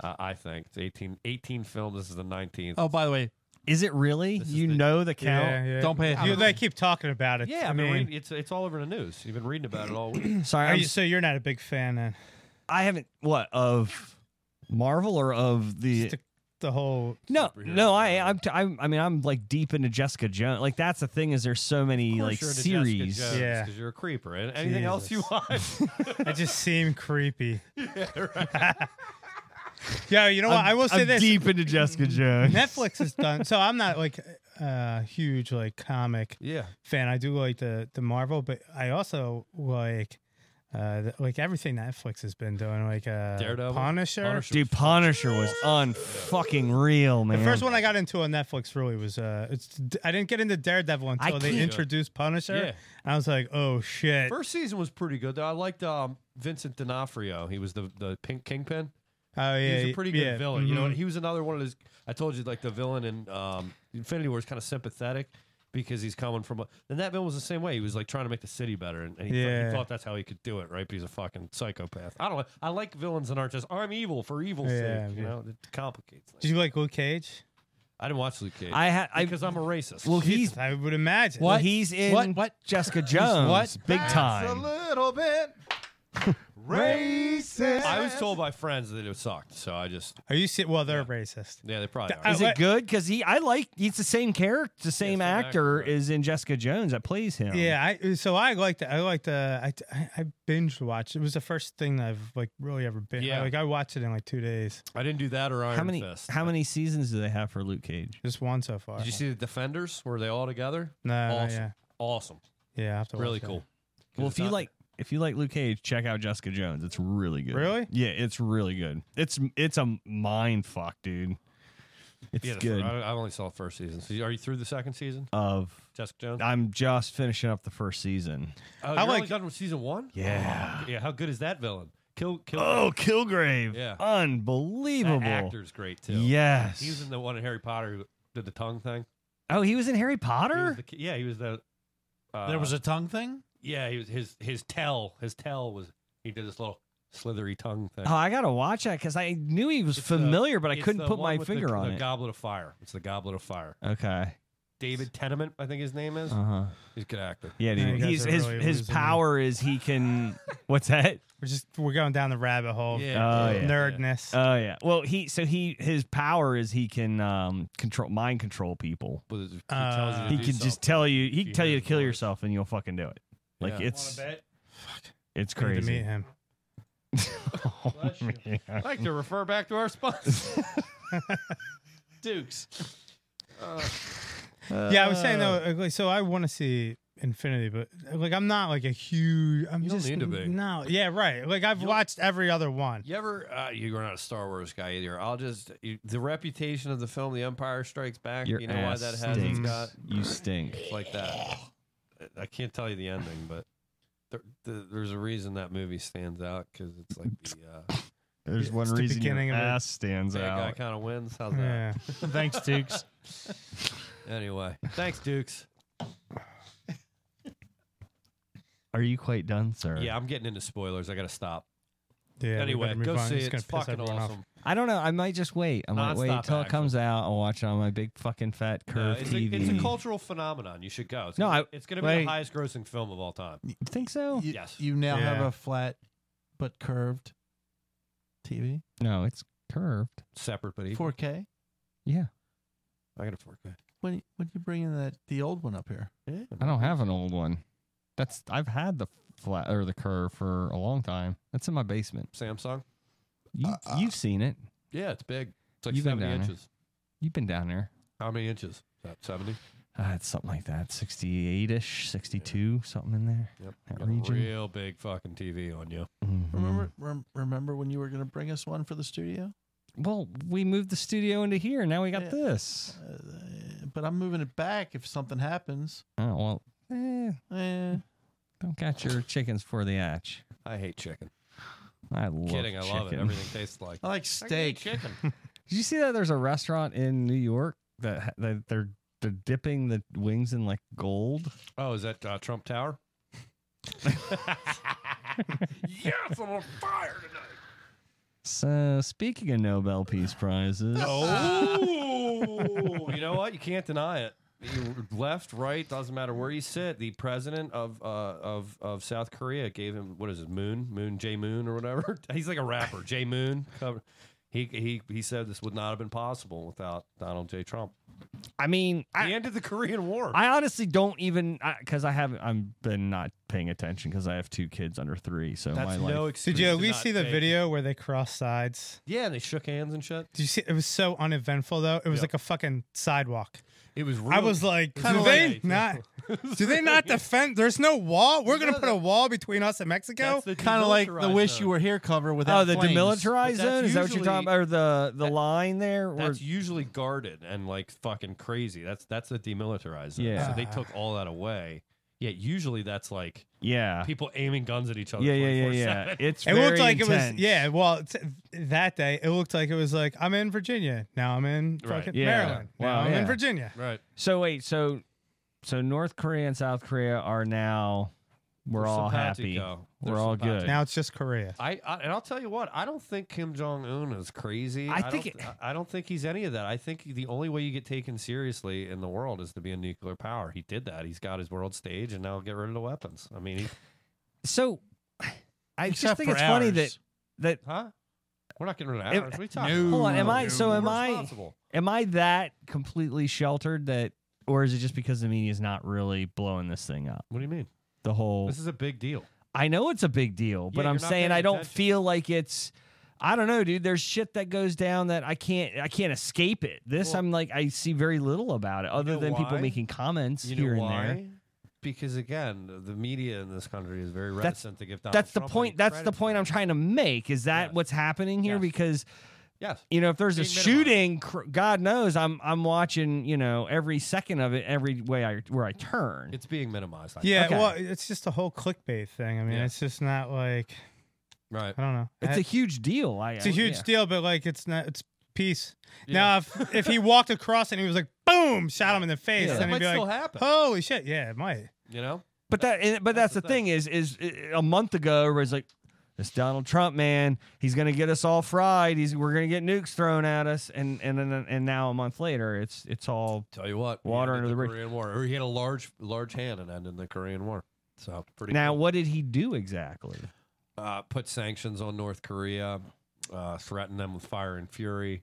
J: Uh, I think it's 18, 18 films. This is the nineteenth.
G: Oh, by the way,
F: Is it really?
J: This is
F: You
J: the-
F: know the count.
K: Yeah, yeah.
G: Don't pay
K: You,
G: attention.
K: they keep talking about it.
J: yeah,
K: I
J: I've been
K: mean,
J: reading, it's it's all over the news. You've been reading about it all week.
F: Sorry,
K: are
F: I'm,
K: you, so you're not a big fan then?
F: I haven't. What of Marvel or of the
K: Just the whole.
F: No, no, I, I'm, t- I'm, I mean, I'm like deep into Jessica Jones. Like that's the thing is, there's so many like series.
K: Yeah.
J: because you're a creeper. And anything else you
K: Jesus.
J: watch, *laughs*
K: It just seemed creepy. Yeah, *laughs* Yo, you know what? i will say
F: I'm
K: this.
F: deep into Jessica Jones.
K: Netflix has done so. I'm not like a huge like comic
J: yeah,
K: fan. I do like the the Marvel, but I also like uh the, like everything Netflix has been doing, like uh
J: Daredevil,
K: Punisher.
J: Punisher.
F: Dude, Punisher was unfucking real,
K: The
F: man.
K: first one I got into on Netflix really was uh, it's I didn't get into Daredevil until they
F: can't-
K: introduced Punisher.
J: Yeah.
K: And I was like, oh shit,
J: First season was pretty good though. I liked um, Vincent D'Onofrio. He was the the pink kingpin.
K: oh yeah,
J: he was a pretty good
K: yeah,
J: villain. You
F: mm-hmm.
J: know,
K: mhm.
J: and he was another one of those. I told you, like the villain in um, Infinity War is kind of sympathetic because he's coming from. A, and that villain was the same way. He was like trying to make the city better, and, and he, thought-
K: Yeah.
J: he thought that's how he could do it, right? But he's a fucking psychopath. I don't know. I like villains that aren't just I'm evil for evil's
K: Yeah,
J: sake. You
K: yeah.
J: know, it complicates. Things.
K: Did you like Luke Cage?
J: I didn't watch Luke Cage.
F: I had, I
J: because I'm a racist.
F: well, he's
K: Jesus, I would imagine.
F: well, he's in
G: What? What?
F: Jessica Jones,
G: what?
F: big time.
D: It's a little bit racist.
J: I was told by friends that it sucked, so I just
K: Are you see? Well, they're racist.
J: yeah, they probably.
K: I-
J: Are.
F: Is it good? Because he, I like, he's the same character, the same
J: same
F: actor
J: actor, right.
F: is in Jessica Jones that plays him.
K: Yeah, I uh, so I liked I liked uh, I I- I binge watched. It was the first thing I've like really ever been.
J: Yeah.
K: like I watched it in like two days.
J: I didn't do that or Iron
F: How many?
J: Fist.
F: How many seasons do they have for Luke Cage?
K: Just one so far.
J: Did you see the Defenders? Were they all together?
K: No, no,
J: awesome.
K: yeah.
J: Awesome.
K: Yeah, I have to.
J: Really
K: watch that.
J: cool.
F: Well,
J: it's
F: if you
J: not-
F: like, if you like Luke Cage, check out Jessica Jones. It's really good.
K: Really?
F: Yeah, it's really good. It's it's a mind fuck, dude. It's
J: Yeah, the
F: good.
J: fir- I, I only saw the first season. So you- are you through the second season,
F: of
J: Jessica Jones?
F: I'm just finishing up the first season.
J: oh, you're only
K: like-
J: done with season one. Oh,
F: Yeah.
J: Yeah. How good is that villain? Kill. Kill.
F: Oh, Kilgrave.
J: Yeah.
F: Unbelievable.
J: that actor's great too.
F: Yes.
J: He was in the one in Harry Potter who did the tongue thing.
F: oh, he was in Harry
J: He
F: Potter?
J: was the ki- yeah, he was the. Uh,
G: there was a tongue thing.
J: Yeah, he was his his tell his tell was he did this little slithery tongue thing.
F: oh, I got to watch that because I knew he was
J: It's the-
F: familiar, but I
J: it's
F: couldn't
J: the
F: put
J: one
F: my
J: with
F: finger
J: the,
F: on
J: the
F: it.
J: Goblet of Fire. It's the Goblet of Fire.
F: okay.
J: David Tenement, I think his name is.
F: Uh huh.
J: He's a good actor.
F: Yeah,
K: Yeah, you
F: dude.
K: guys
F: He's,
K: are
F: his
K: really
F: his
K: losing me.
F: power is
J: *laughs*
F: he can. What's that?
K: We're just we're going down the rabbit hole.
F: Oh, yeah.
K: Nerdness.
J: Uh,
F: Oh yeah. Well, he so he his power is he can um control mind control people.
J: But it- he
K: Uh,
J: tells you to
F: He
J: do
F: can just
J: something.
F: tell you. He
J: you
F: can tell
J: hear
F: you to
J: his
F: kill
J: voice.
F: yourself, and you'll fucking do it. Like
J: Yeah.
F: it's it's
K: I need to
F: crazy. *laughs*
K: meet him.
J: I'd like to refer back to our
F: *laughs*
J: sponsor, Dukes. Uh,
K: yeah, I was saying though. Like, so I want to see Infinity, but like I'm not like a huge. I'm
J: You don't
K: just
J: need to be.
K: no. Yeah, right. Like I've watched every other one.
J: You ever? Uh, you're not a Star Wars guy either. I'll just you, the reputation of the film The Empire Strikes Back.
F: Your
J: you know why
F: ass
J: that has it's
F: stinks.
J: got
F: You stink.
J: it's like that. I can't tell you the ending, but there, there, there's a reason that movie stands out because it's like
F: *laughs*
J: the uh,
F: There's one
K: It's the
F: reason your
K: beginning of it.
F: ass stands
J: bad guy
F: out.
J: kind of wins. How's *laughs*
K: Yeah.
J: that?
G: Thanks, Dukes.
J: Anyway, thanks, Dukes.
F: Are you quite done, sir?
J: Yeah, I'm getting into spoilers. I gotta stop.
K: Yeah. we
J: anyway,
K: better move
J: go
K: on.
J: see
K: It's
J: it.
K: gonna
J: It's
K: piss
J: fucking
K: everyone off.
J: awesome.
F: I don't know. I might just wait. I might wait
J: Non-stop
F: till it
J: action.
F: comes out. I'll watch it on my big fucking fat
J: No,
F: curved
J: Uh, it's,
F: TV.
J: A, it's a cultural phenomenon. You should go. It's
F: No,
J: gonna,
F: I-
J: it's going to be
F: wait.
J: the highest grossing film of all time.
F: You think so?
G: You,
J: Yes.
G: You now have
K: Yeah.
G: a flat but curved TV,
F: No, it's curved.
J: Separate, but equal.
G: 4K.
F: Yeah.
J: I got a 4K.
G: When when you bring in that the old one up here,
F: I don't have an old one. That's I've had the flat or the curve for a long time. That's in my basement.
J: Samsung.
F: You, you've seen it.
J: Yeah, it's big. It's like
F: You've been
J: 70
F: down there.
J: inches.
F: You've been down there.
J: How many inches? About 70.
F: Uh, it's something like that, sixty-eight ish, sixty-two, something in there.
J: Yep.
F: That
J: Got a
F: region.
J: real big fucking TV on you.
G: remember rem- remember when you were going to bring us one for the studio?
F: Well, we moved the studio into here. Now we got
G: Yeah.
F: this.
G: Uh, but I'm moving it back if something happens.
F: Oh well, eh,
G: Eh,
F: don't catch your chickens for the hatch.
J: I hate chicken.
F: I love
J: Kidding.
F: chicken.
J: I love it. Everything tastes like
G: I like
J: I can eat
G: steak.
J: chicken.
F: Did you see that? There's a restaurant in New York that, ha- that they're they're dipping the wings in like gold.
J: *laughs* oh, is that uh, Trump
F: *laughs*
J: Tower? *laughs* yes, I'm on fire tonight.
F: So speaking of Nobel Peace Prizes,
J: Oh, *laughs* you know what? You can't deny it. You- left, right, doesn't matter where you sit. The president of uh, of of South *laughs* Korea gave him what is it, Moon, Moon J Moon or whatever. He's like a rapper, J Moon. Cover. He he he said this would not have been possible without Donald J. Trump.
F: I mean, I,
J: He ended the Korean War.
F: I honestly don't even because I, haven't. I've been not paying attention because I have two kids under three. So my
J: That's
F: life.
J: no excuse.
K: Did you
J: to
K: at least
J: not
K: see the
J: take-
K: video where they cross sides?
J: Yeah, and they shook hands and shit.
K: Did you see? It was so uneventful though. It was
J: Yeah.
K: like a fucking
F: *laughs*
K: sidewalk.
J: It was. Real,
K: I was like,
J: kinda
K: do they
J: like- *laughs*
K: not? do they not defend? There's no wall. We're gonna put a wall between us and Mexico.
J: That's the
G: Kind of like the
J: demilitarized
G: wish
J: zone.
G: you were here cover without.
F: Oh, the
G: flames.
F: demilitarized
J: But that's
F: zone is that what you're talking about, or the the line there? Where,
J: That's usually guarded and like fucking crazy. That's that's a demilitarized. zone.
F: Yeah.
J: So they took all that away. Yeah, usually that's like
F: yeah,
J: people aiming guns at each other.
F: yeah, yeah, yeah, yeah.
J: 24/7.
F: It's
K: It
F: very
K: looked like it was
F: intense.
K: yeah. Well, it's, that day it looked like it was like I'm in Virginia now. I'm in
J: Right.
K: fucking
F: Yeah.
K: Maryland. Now
F: Wow,
K: I'm in
F: yeah.
K: Virginia.
J: *laughs* Right.
F: So wait, so so North Korea and South Korea are now we're,
J: They're
F: all happy.
J: simpatico.
F: We're
J: They're
F: all
J: simpatico.
F: good.
K: Now it's just Korea.
J: I, I and I'll tell you what, I don't think Kim Jong Un is crazy.
F: I think
J: don't,
F: it-
J: I don't think he's any of that. I think the only way you get taken seriously in the world is to be a nuclear power. He did that. He's got his world stage, and now get rid of the weapons. I mean, he,
F: so I just
G: Except
F: think
G: for
F: it's funny that
G: ours.
F: that
J: huh? We're not getting rid of
F: Am-
J: ours. What are you talking
G: No.
J: about?
F: hold on, am I so
G: We're
F: am I
J: responsible.
F: am I that completely sheltered that or is it just because the media's not really blowing this thing up?
J: What do you mean?
F: The whole
J: This is a big deal.
F: I know it's a big deal, but
J: Yeah,
F: I'm
J: you're not
F: saying
J: paying
F: I don't
J: attention.
F: feel like it's I don't know, dude. There's shit that goes down that I can't I can't escape it. This
J: Well-
F: I'm like I see very little about it other
J: know
F: than people
J: why?
F: making comments
J: You
F: here
J: know
F: and
J: why?
F: there.
J: Because again, the media in this country is very
F: That's-
J: reticent to give Donald
F: that's the
J: Trump any
F: point that's the
J: credit.
F: point i'm trying to make is that
J: Yes.
F: what's happening here
J: Yes.
F: because
J: Yes.
F: you know if there's a
J: Being minimized.
F: shooting cr- god knows i'm i'm watching you know every second of it every way i where i turn
J: It's being minimized. I think.
K: Yeah,
F: Okay.
K: well, it's just a whole clickbait thing. I mean,
J: Yeah.
K: it's just not like
J: Right.
K: I don't know.
F: it's
K: I-
F: a huge deal i
K: it's a huge
F: yeah.
K: deal, but like it's not. It's peace.
J: Yeah.
K: Now, if if he walked across and he was like, boom, shot him in the face,
J: Yeah.
K: then
J: That
K: he'd
J: might
K: be
J: still
K: like,
J: happen.
K: holy shit, yeah, it might.
J: You know.
F: but that and- but that's, the thing, is is uh, a month ago everybody's like this donald trump man he's gonna get us all fried he's we're gonna get nukes thrown at us and and and, and now a month later it's it's all
J: Tell you what, he
F: Water
J: ended
F: under the bridge.
J: Korean War, or he had a large, large hand in ending the Korean War. So pretty.
F: now
J: cool.
F: what did he do exactly
J: Uh, put sanctions on North Korea, uh, threatened them with fire and fury,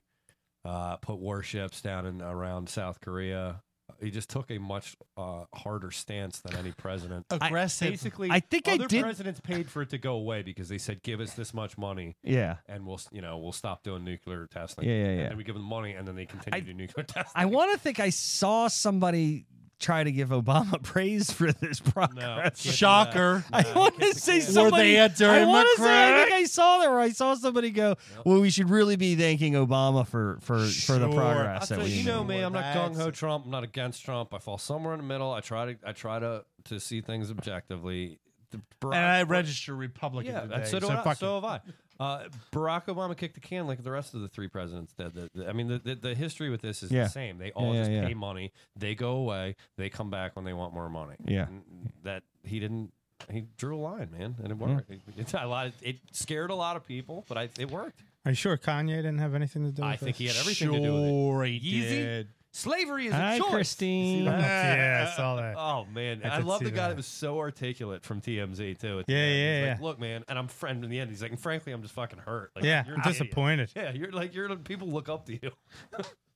J: uh, put warships down and around South Korea. He just took a much uh, harder stance than any president.
G: Aggressive.
J: Basically,
F: I think I
J: other
F: did-
J: presidents paid for it to go away because they said, "Give us this much money,
F: yeah
J: and we'll, s- you know, we'll stop doing nuclear testing."
F: Yeah, yeah,
J: And
F: yeah.
J: then we give them money, and then they continue
F: I-
J: to do nuclear *laughs* testing.
F: I want to think I saw somebody try to give Obama *laughs* praise for this progress.
J: can't do
G: Shocker.
J: that.
F: I want to say
G: Were
F: somebody.
G: they a
F: I
G: during
F: want
G: the
F: to say I
G: crack?
F: think I saw that where I saw somebody go, "Well, we should really be thanking Obama for for for the
G: Sure.
F: progress
J: I
F: that
J: feel-
F: we
J: you know
F: made."
J: me. I'm not gung
G: That's-
J: ho Trump. I'm not against Trump. I fall somewhere in the middle. I try to I try to to see things objectively. The Barack-
G: And I register Republican
J: yeah,
G: today.
J: and so do I.
G: fuck
J: So
G: it.
J: have I. *laughs* Uh, Barack Obama kicked the can like the rest of the three presidents did. The- the- I mean, the, the, the history with this is
F: Yeah.
J: the same. They all
F: Yeah,
J: just
F: yeah, yeah.
J: pay money. They go away. They come back when they want more money.
F: Yeah.
J: And that he didn't. He drew a line, man, and it worked.
F: Mm.
J: It, a lot. it scared a lot of people, but I, it worked.
K: Are you sure Kanye didn't have anything to do? With
J: I think
K: this?
J: he had everything to do with it.
G: Sure he
J: Yeezy?
G: did.
J: Slavery is
F: Hi,
J: a choice.
F: Christine.
K: yeah,
J: *laughs*
K: I saw that.
J: Oh man,
K: I
J: I,
K: did
J: love
K: see
J: the guy
K: that.
J: that was so articulate from TMZ too. at the
K: Yeah,
J: end. He's
K: yeah,
J: like,
K: yeah.
J: Look, man, and I'm friend in the end. He's like, and frankly, I'm just fucking hurt. Like,
K: yeah,
J: you're
K: I'm
J: an idiot."
K: disappointed.
J: Yeah, you're like you're people look up to you.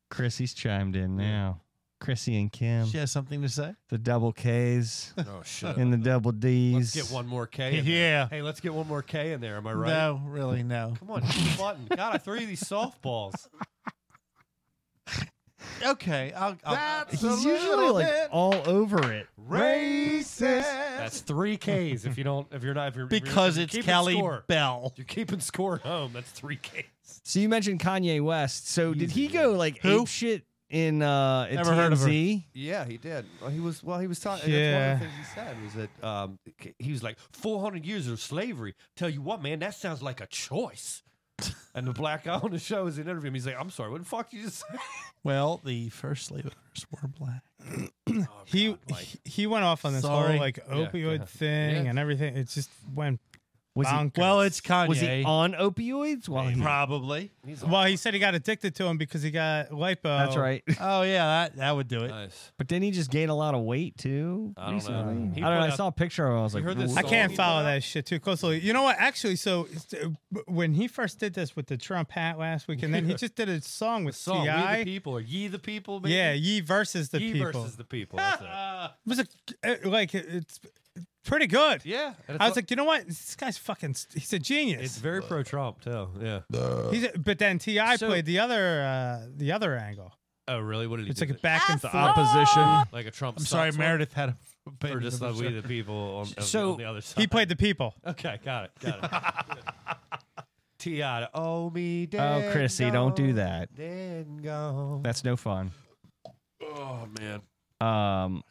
F: Chrissy's chimed in now. Chrissy and Kim,
G: She has something to say.
F: the double K's
J: *laughs* Oh
K: *laughs*
J: shit.
F: and the
J: *laughs*
F: double
J: let's
F: D's.
J: get one more K. In there.
G: Yeah.
J: Hey, let's get one more K in there. Am I right?
G: No, really, no.
J: Come on, hit the button. God, I threw you these
K: *laughs*
J: softballs.
G: Okay, I'll. I'll
F: He's usually like all over it.
J: That's three K's. If you don't, if you're not, if you're if you're-
G: because
J: if you're
G: it's
J: keeping
G: Kelly
J: score.
G: Bell.
J: You're keeping score at home. That's three K's.
F: So you mentioned Kanye West. So did he go like
G: Who?
F: ape shit in uh at
G: Never heard of her.
F: TMZ?
J: Yeah, he did. Well, he was well. He was talking.
K: Yeah.
J: That's one of the things he said was that um, c- he was like 400 years of slavery. Tell you what, man, that sounds like a choice. *laughs* and the black guy on the show is in interview him. He's like, "I'm sorry, what the fuck did you just
K: *laughs*
J: say?"
G: Well, the first slave owners were black.
J: Oh,
K: He,
J: God, like-
K: *laughs* he he went off on this
G: Sorry.
K: whole like opioid
J: yeah.
K: thing
J: Yeah.
K: and everything. It just went
F: Was he,
K: bonkers.
G: Well, it's Kanye.
F: was he on opioids? While he,
G: Probably.
K: Well, he said he got addicted to him because he got lipo.
F: that's right.
G: Oh yeah, that that would do it.
J: Nice.
F: But then he just gained a lot of weight too.
J: I don't know.
F: recently.
J: He
F: I don't
J: put
F: know. I
J: out-
F: saw a picture of him. I was like,
J: heard this
F: "Whoa."
K: I
J: song?
K: can't follow that shit too closely. You know what? Actually, so uh, when he first did this with the Trump hat last week, and
J: *laughs*
K: then he just did a song with
J: Song, We the
K: Ti.
J: People, or Ye the People, maybe?
K: Yeah, ye versus the
J: Ye
K: people.
J: versus the
K: *laughs*
J: People. That's it.
K: it was a, uh, like it's pretty good.
J: yeah. and it's
K: I was
J: a-
K: like, you know what? This guy's fucking. st- He's a
J: it's
K: genius.
J: very pro Trump, too. Yeah.
K: He's a, but then Ti
J: So-
K: played the other uh, the other angle.
J: Oh, really? What did he
K: It's
J: do?
K: like a back and forth.
F: opposition.
J: like a Trump.
G: I'm sorry,
J: sucks one?
G: Meredith had a
J: Or just like we the people
K: *laughs*
J: on, on
F: So-
J: the other side.
K: He played the people.
J: Okay, got it, got it. Ti to owe me
F: Oh,
J: dead
F: Chrissy, don't do
J: gone,
F: that.
J: Dead gone.
F: That's no fun.
J: Oh man.
F: Um,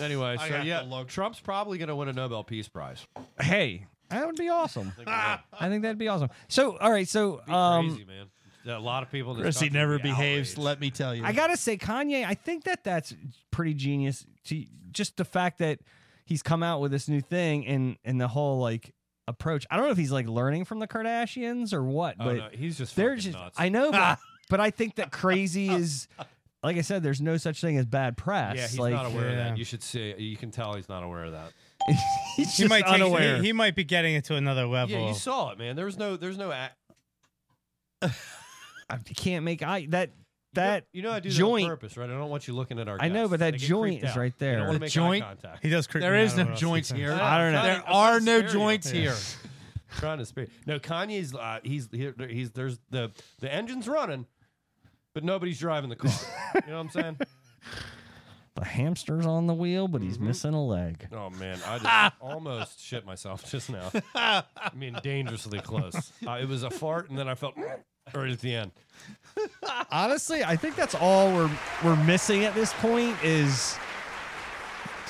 J: Anyway, so
G: got
J: yeah,
G: the look.
J: Trump's probably going to win a Nobel Peace *laughs* Prize.
F: hey, that would be awesome.
J: *laughs*
F: I think that'd be awesome. So, all right, so um,
J: Crazy man. A lot of people. In this
G: Chrissy
J: country
G: never
J: would be
G: behaves.
J: outraged.
G: Let me tell you.
F: I gotta say, Kanye, I think that that's pretty genius. To just the fact that he's come out with this new thing and and the whole like approach. I don't know if he's like learning from the Kardashians or what,
J: Oh,
F: but
J: no, he's just
F: they're
J: fucking
F: just.
J: nuts.
F: I know, but, but I think that crazy is. Like I said, there's no such thing as bad press.
J: yeah, he's
F: like,
J: not aware of
K: Yeah.
J: that. You should see. You can tell he's not aware of that.
F: *laughs* he's just
K: He might take,
F: unaware.
K: he, he might be getting it to another level.
J: Yeah, you saw it, man. There was no. There's no. Act.
F: I can't make eye that that
J: you know, I do
F: joint-
J: that on purpose, right? I don't want you looking at our.
F: I know,
J: guests.
F: but that
J: They get
F: joint
J: creeped
F: is
J: out.
F: right
J: They don't
F: there.
J: wanna
F: The
J: make eye
G: joint-
J: contact.
K: He does. creep
G: there
K: me
G: is
K: out
G: no
K: a little
G: joints
K: sometimes.
G: here.
F: I don't know.
G: There
J: That's
G: are no
J: stereo.
G: joints
J: Yeah.
G: here.
J: *laughs* trying to speak. No, Kanye's uh, he's he, he's there's the the engine's running, but nobody's driving the car. you know what I'm
G: *laughs*
J: saying?
F: hamster's on the wheel, but he's missing a leg.
J: Oh man, I
G: *laughs*
J: just almost shit myself just now. I mean, dangerously close. Uh, it was a fart, and then I felt *clears throat* right at the end.
F: Honestly, I think that's all we're we're missing at this point is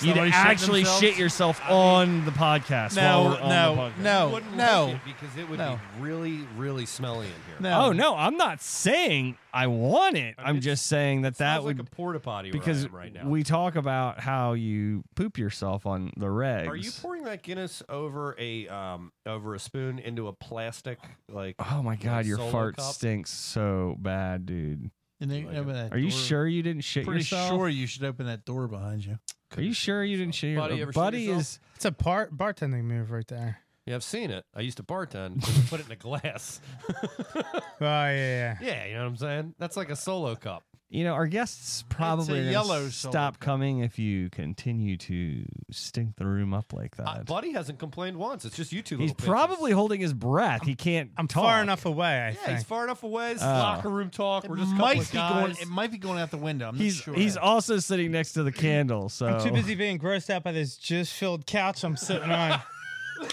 F: you
G: Somebody
F: to
G: shit
F: actually
G: themselves?
F: shit yourself on the podcast. while
G: No,
F: we're on the
G: no,
F: podcast.
G: no,
J: Wouldn't like
G: no,
J: it because it would
G: No.
J: be really, really smelly in here.
G: no.
F: Oh no, I'm not saying I want it. I'm
J: it's-
F: just saying that that
J: Sounds
F: would
J: like a porta potty where I
F: because
J: am right now.
F: we talk about how you poop yourself on the regs.
J: Are you pouring that Guinness over a um over a spoon into a plastic like?
F: oh my god, your
J: solo
F: fart
J: cup?
F: stinks so bad, dude.
G: And they open that
F: Are you
G: door.
F: sure you didn't shit
G: Pretty
F: yourself?
G: sure you should open that door behind you.
F: Are you sure you didn't shit
J: Buddy,
F: yourself?
J: you ever shit
F: Buddy
J: yourself?
F: is
K: It's a bar- bartending move right there.
J: Yeah, I've seen it. I used to bartend. and put it in a glass. *laughs*
K: Oh yeah, yeah.
J: yeah, you know what I'm saying. That's like a solo cup.
F: You know, our guests probably are gonna
G: yellow
F: stop coming if you continue to stink the room up like that.
J: Uh, Buddy hasn't complained once. It's just you two.
F: he's
J: little bitches.
F: probably holding his breath. he can't.
K: I'm
F: talk.
K: far enough away. I
J: Yeah,
K: think.
J: he's far enough away. It's locker room talk. We're just a couple
G: might
J: of
G: be going.
J: guys.
G: It might be going out the window. I'm
F: He's
G: not sure.
F: he's also sitting next to the candle. So
K: I'm too
F: *laughs*
K: busy being grossed out by this jizz-filled couch I'm sitting on. *laughs* How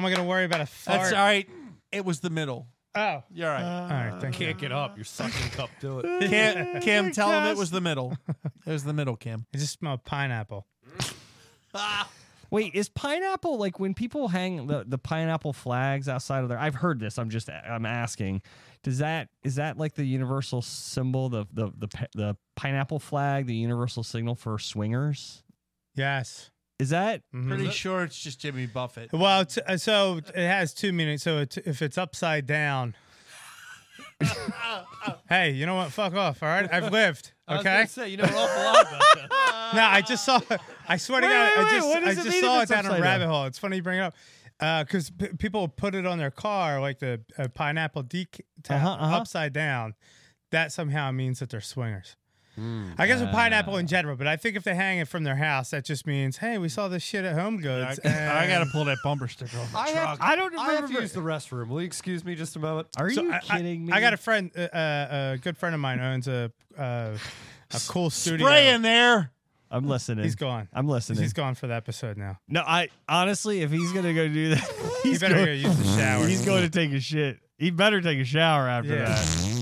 K: am I going to worry about a fart?
G: That's all right. It was the middle.
K: Oh,
G: You're all right.
K: all right. Thank you.
J: Can't get up. You're sucking cup to it.
G: *laughs* Cam, Cam tell him it was the middle. It was the middle, Cam.
K: I just smelled pineapple.
F: Wait, is pineapple like when people hang the, the pineapple flags outside of their? I've heard this. I'm just I'm asking. Does that is that like the universal symbol the the the pi- the pineapple flag the universal signal for swingers?
K: Yes. Mm-hmm.
F: Is that
G: Pretty sure it's just Jimmy Buffett.
K: Well, it's- uh, so it has two meanings. So it's, if it's upside *laughs* down. hey, you know what? Fuck off. All right, I've lived.
J: I was
K: Okay.
J: gonna say, you know an awful *laughs* lot about that.
K: *laughs* No, I just saw. I swear to
F: Wait,
K: God,
F: wait,
K: I
F: wait,
K: just,
F: what does
K: I
F: it
K: just
F: mean if
K: saw it
F: it's
K: down a
F: upside
K: rabbit
F: down?
K: hole. It's funny you bring it up because p- people put it on their car, like the uh, pineapple decal
F: Uh-huh, uh-huh.
K: upside down. That somehow means that they're swingers. I guess with pineapple in general, but I think if they hang it from their house, that just means, hey, we saw this shit at Home Goods.
G: I got to
K: and-
G: pull that bumper
K: *laughs*
G: sticker off.
J: I, have,
F: I don't
J: I have to
F: remember-
J: use the restroom. Will you excuse me just a moment?
F: Are
K: So
F: you
K: I- I-
F: kidding me?
K: I got a friend, uh, uh, a good friend of mine owns a uh, a cool studio.
G: Spray in there.
F: I'm listening.
K: He's gone.
F: I'm listening.
K: He's gone for the episode now.
F: No, I honestly, if he's gonna go do that,
K: *laughs* He
F: he's
K: better
F: going,
K: go use the shower.
F: He's going to take a shit. He better take a shower after
K: Yeah.
F: that.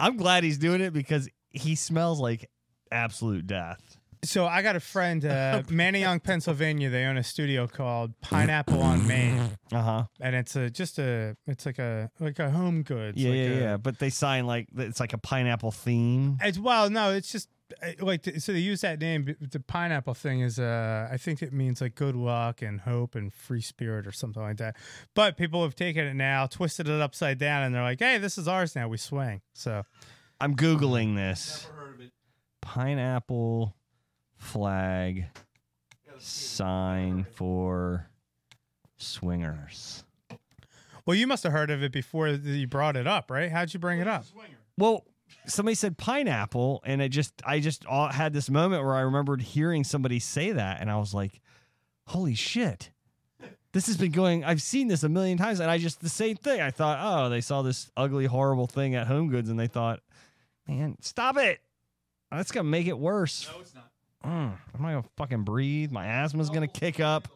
F: I'm glad he's doing it because he smells like absolute death.
K: So I got a
F: *laughs*
K: friend, uh, Manayong, Pennsylvania. They own a studio called Pineapple on Main,
F: Uh huh.
K: and it's a just a it's like a like a home goods.
F: Yeah,
K: like
F: yeah,
K: a-
F: yeah. But they sign like it's like a pineapple theme.
K: It's well, no, it's just I- like th- so they use that name. but The pineapple thing is, uh, I think it means like good luck and hope and free spirit or something like that. But people have taken it now, twisted it upside down, and they're like, "Hey, this is ours now. We swing." So
F: I'm googling this. Pineapple flag sign for swingers.
K: Well, you must have heard of it before th- you brought it up, right? How'd you bring it up?
F: Well, somebody said pineapple, and I just I just all had this moment where I remembered hearing somebody say that, and I was like, "Holy shit!" This has been going. I've seen this a million times, and I just the same thing. I thought, "Oh, they saw this ugly, horrible thing at Home Goods, and they thought, man, stop it! That's gonna make it worse." No, it's not. I'm not gonna fucking breathe. My asthma's gonna kick *laughs* up.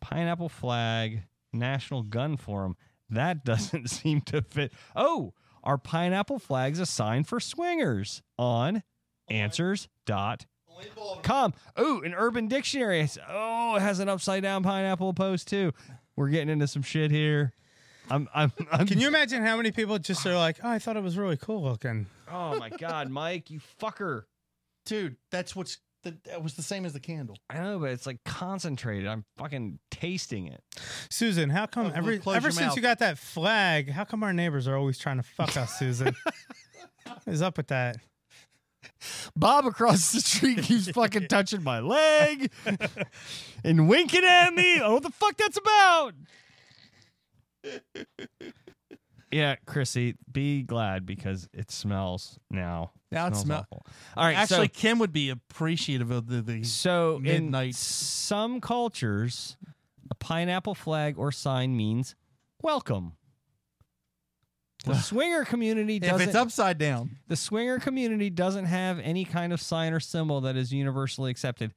F: Pineapple flag, National Gun Forum. That *laughs* doesn't seem to fit. Oh, are pineapple flags a sign for swingers on answers.com? Oh, an urban dictionary. It's- Oh, it has an upside down pineapple post too. We're getting into some shit here. I'm, I'm, I'm
K: Can you imagine how many people just are like, "Oh, I thought it was really cool looking."
F: Oh my God, Mike, you fucker.
G: Dude, that's what's the, that was the same as the candle.
F: I know, but it's like concentrated. I'm fucking tasting it.
K: Susan, how come
G: Oh,
K: every
G: close
K: ever
G: your
K: since
G: mouth.
K: you got that flag, how come our neighbors are always trying to fuck us,
G: *laughs*
K: Susan? what is up with that?
F: Bob across the street keeps *laughs* fucking touching my *laughs* leg and winking at me. I don't know what the fuck that's about. yeah, Chrissy, be glad because it smells now.
G: Now it smell-
F: awful. All right,
G: Actually,
F: so,
G: Kim would be appreciative of the, the
F: so in
G: midnight-
F: some cultures, a pineapple flag or sign means welcome. The swinger community
G: if
F: doesn't.
G: it's upside down.
F: The swinger community doesn't have any kind of sign or symbol that is universally accepted.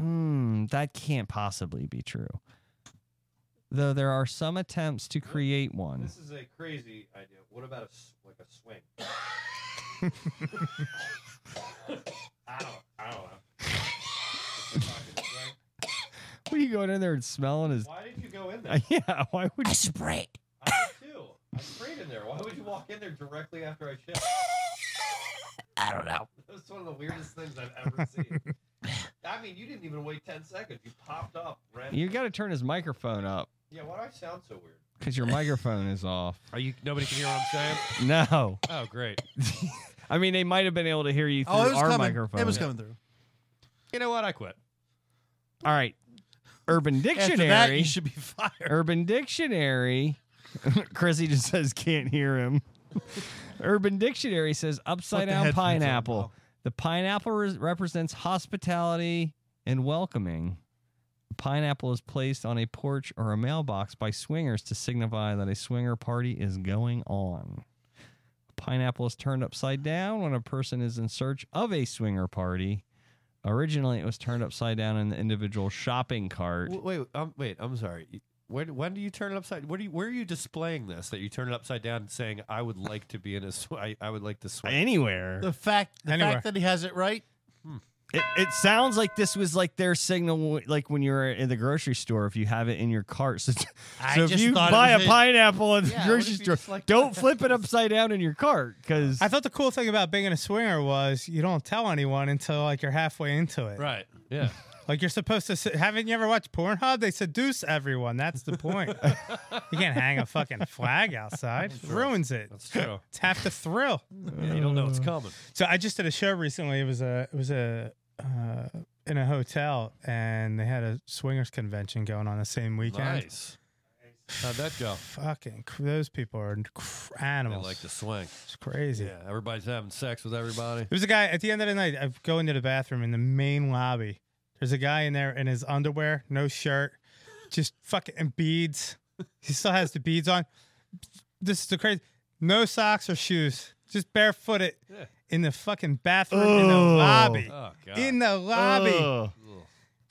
F: Mm, that can't possibly be true. Though there are some attempts to create one.
J: is a crazy idea. What about a s- like a swing? I don't. I don't know.
F: What are you going in there and smelling his?
J: Why did you go
F: *laughs*
J: in
F: Yeah, why would you?
J: I did too. I sprayed in there. Why would you walk in there directly after I shit? I don't know. That's one of the weirdest things I've ever seen. I mean, you didn't even wait ten seconds. You popped up, ran.
F: You got to turn his microphone up
J: Yeah, why do I sound so weird?
F: because your microphone is off.
J: Are you? Nobody can hear what I'm saying.
F: No,
J: Oh, great.
F: I mean they might have been able to hear you through
G: Oh, it was
F: our
G: coming.
F: microphone.
G: It was coming through.
J: You know what? I quit.
F: All right, Urban
G: After
F: Dictionary. Er,
G: that, you should be *laughs* fired.
F: Urban Dictionary. *laughs* Chrissy just says can't hear him. *laughs* Urban Dictionary says upside
G: the
F: down
G: headphones on, Oh.
F: pineapple. The pineapple res- represents hospitality and welcoming. The pineapple is placed on a porch or a mailbox by swingers to signify that a swinger party is going on. Pineapple is turned upside down when a person is in search of a swinger party. Originally, it was turned upside down in the individual shopping cart.
J: Wait, um, wait. I'm sorry. You- When when do you turn it upside? What do you? Where are you displaying this? That you turn it upside down and saying, "I would like to be in a. Sw- I, I would like to swing."
F: Anywhere.
G: The fact, the
K: Anywhere.
G: fact that he has it right.
F: It, it sounds like this was like their signal, like when you're in the grocery store, if you have it in your cart. So,
G: *laughs* I
F: so if
G: just
F: you
G: thought it
F: buy a
G: was a-
F: pineapple at the
G: Yeah, what
F: grocery
G: if you
F: store,
G: just, like,
F: don't flip it upside down in your cart because
K: I thought the cool thing about being a swinger was you don't tell anyone until like you're halfway into
J: *laughs*
K: it.
J: Right. Yeah.
K: Like you're supposed to. Sit, haven't you ever watched Pornhub? They seduce everyone. That's
J: *laughs*
K: the point. you can't hang a fucking flag outside. It ruins it.
J: That's *laughs* true.
K: It's half the thrill.
J: you don't know what's coming.
K: So I just did a show recently. It was a it was a uh, in a hotel, and they had a swingers convention going on the same weekend.
J: Nice. How'd that go?
K: Fucking cr- those people are cr- animals.
J: like to swing.
K: it's crazy.
J: Yeah, everybody's having sex with
K: *laughs*
J: everybody.
K: There was a guy at the end of the night. I go into the bathroom in the main lobby. There's a guy in there in his underwear, no shirt, just fucking and beads. He still has the beads on. This is the crazy. No socks or shoes, just barefooted in the fucking bathroom in the lobby.
J: Oh god.
K: in the lobby.
F: Ugh.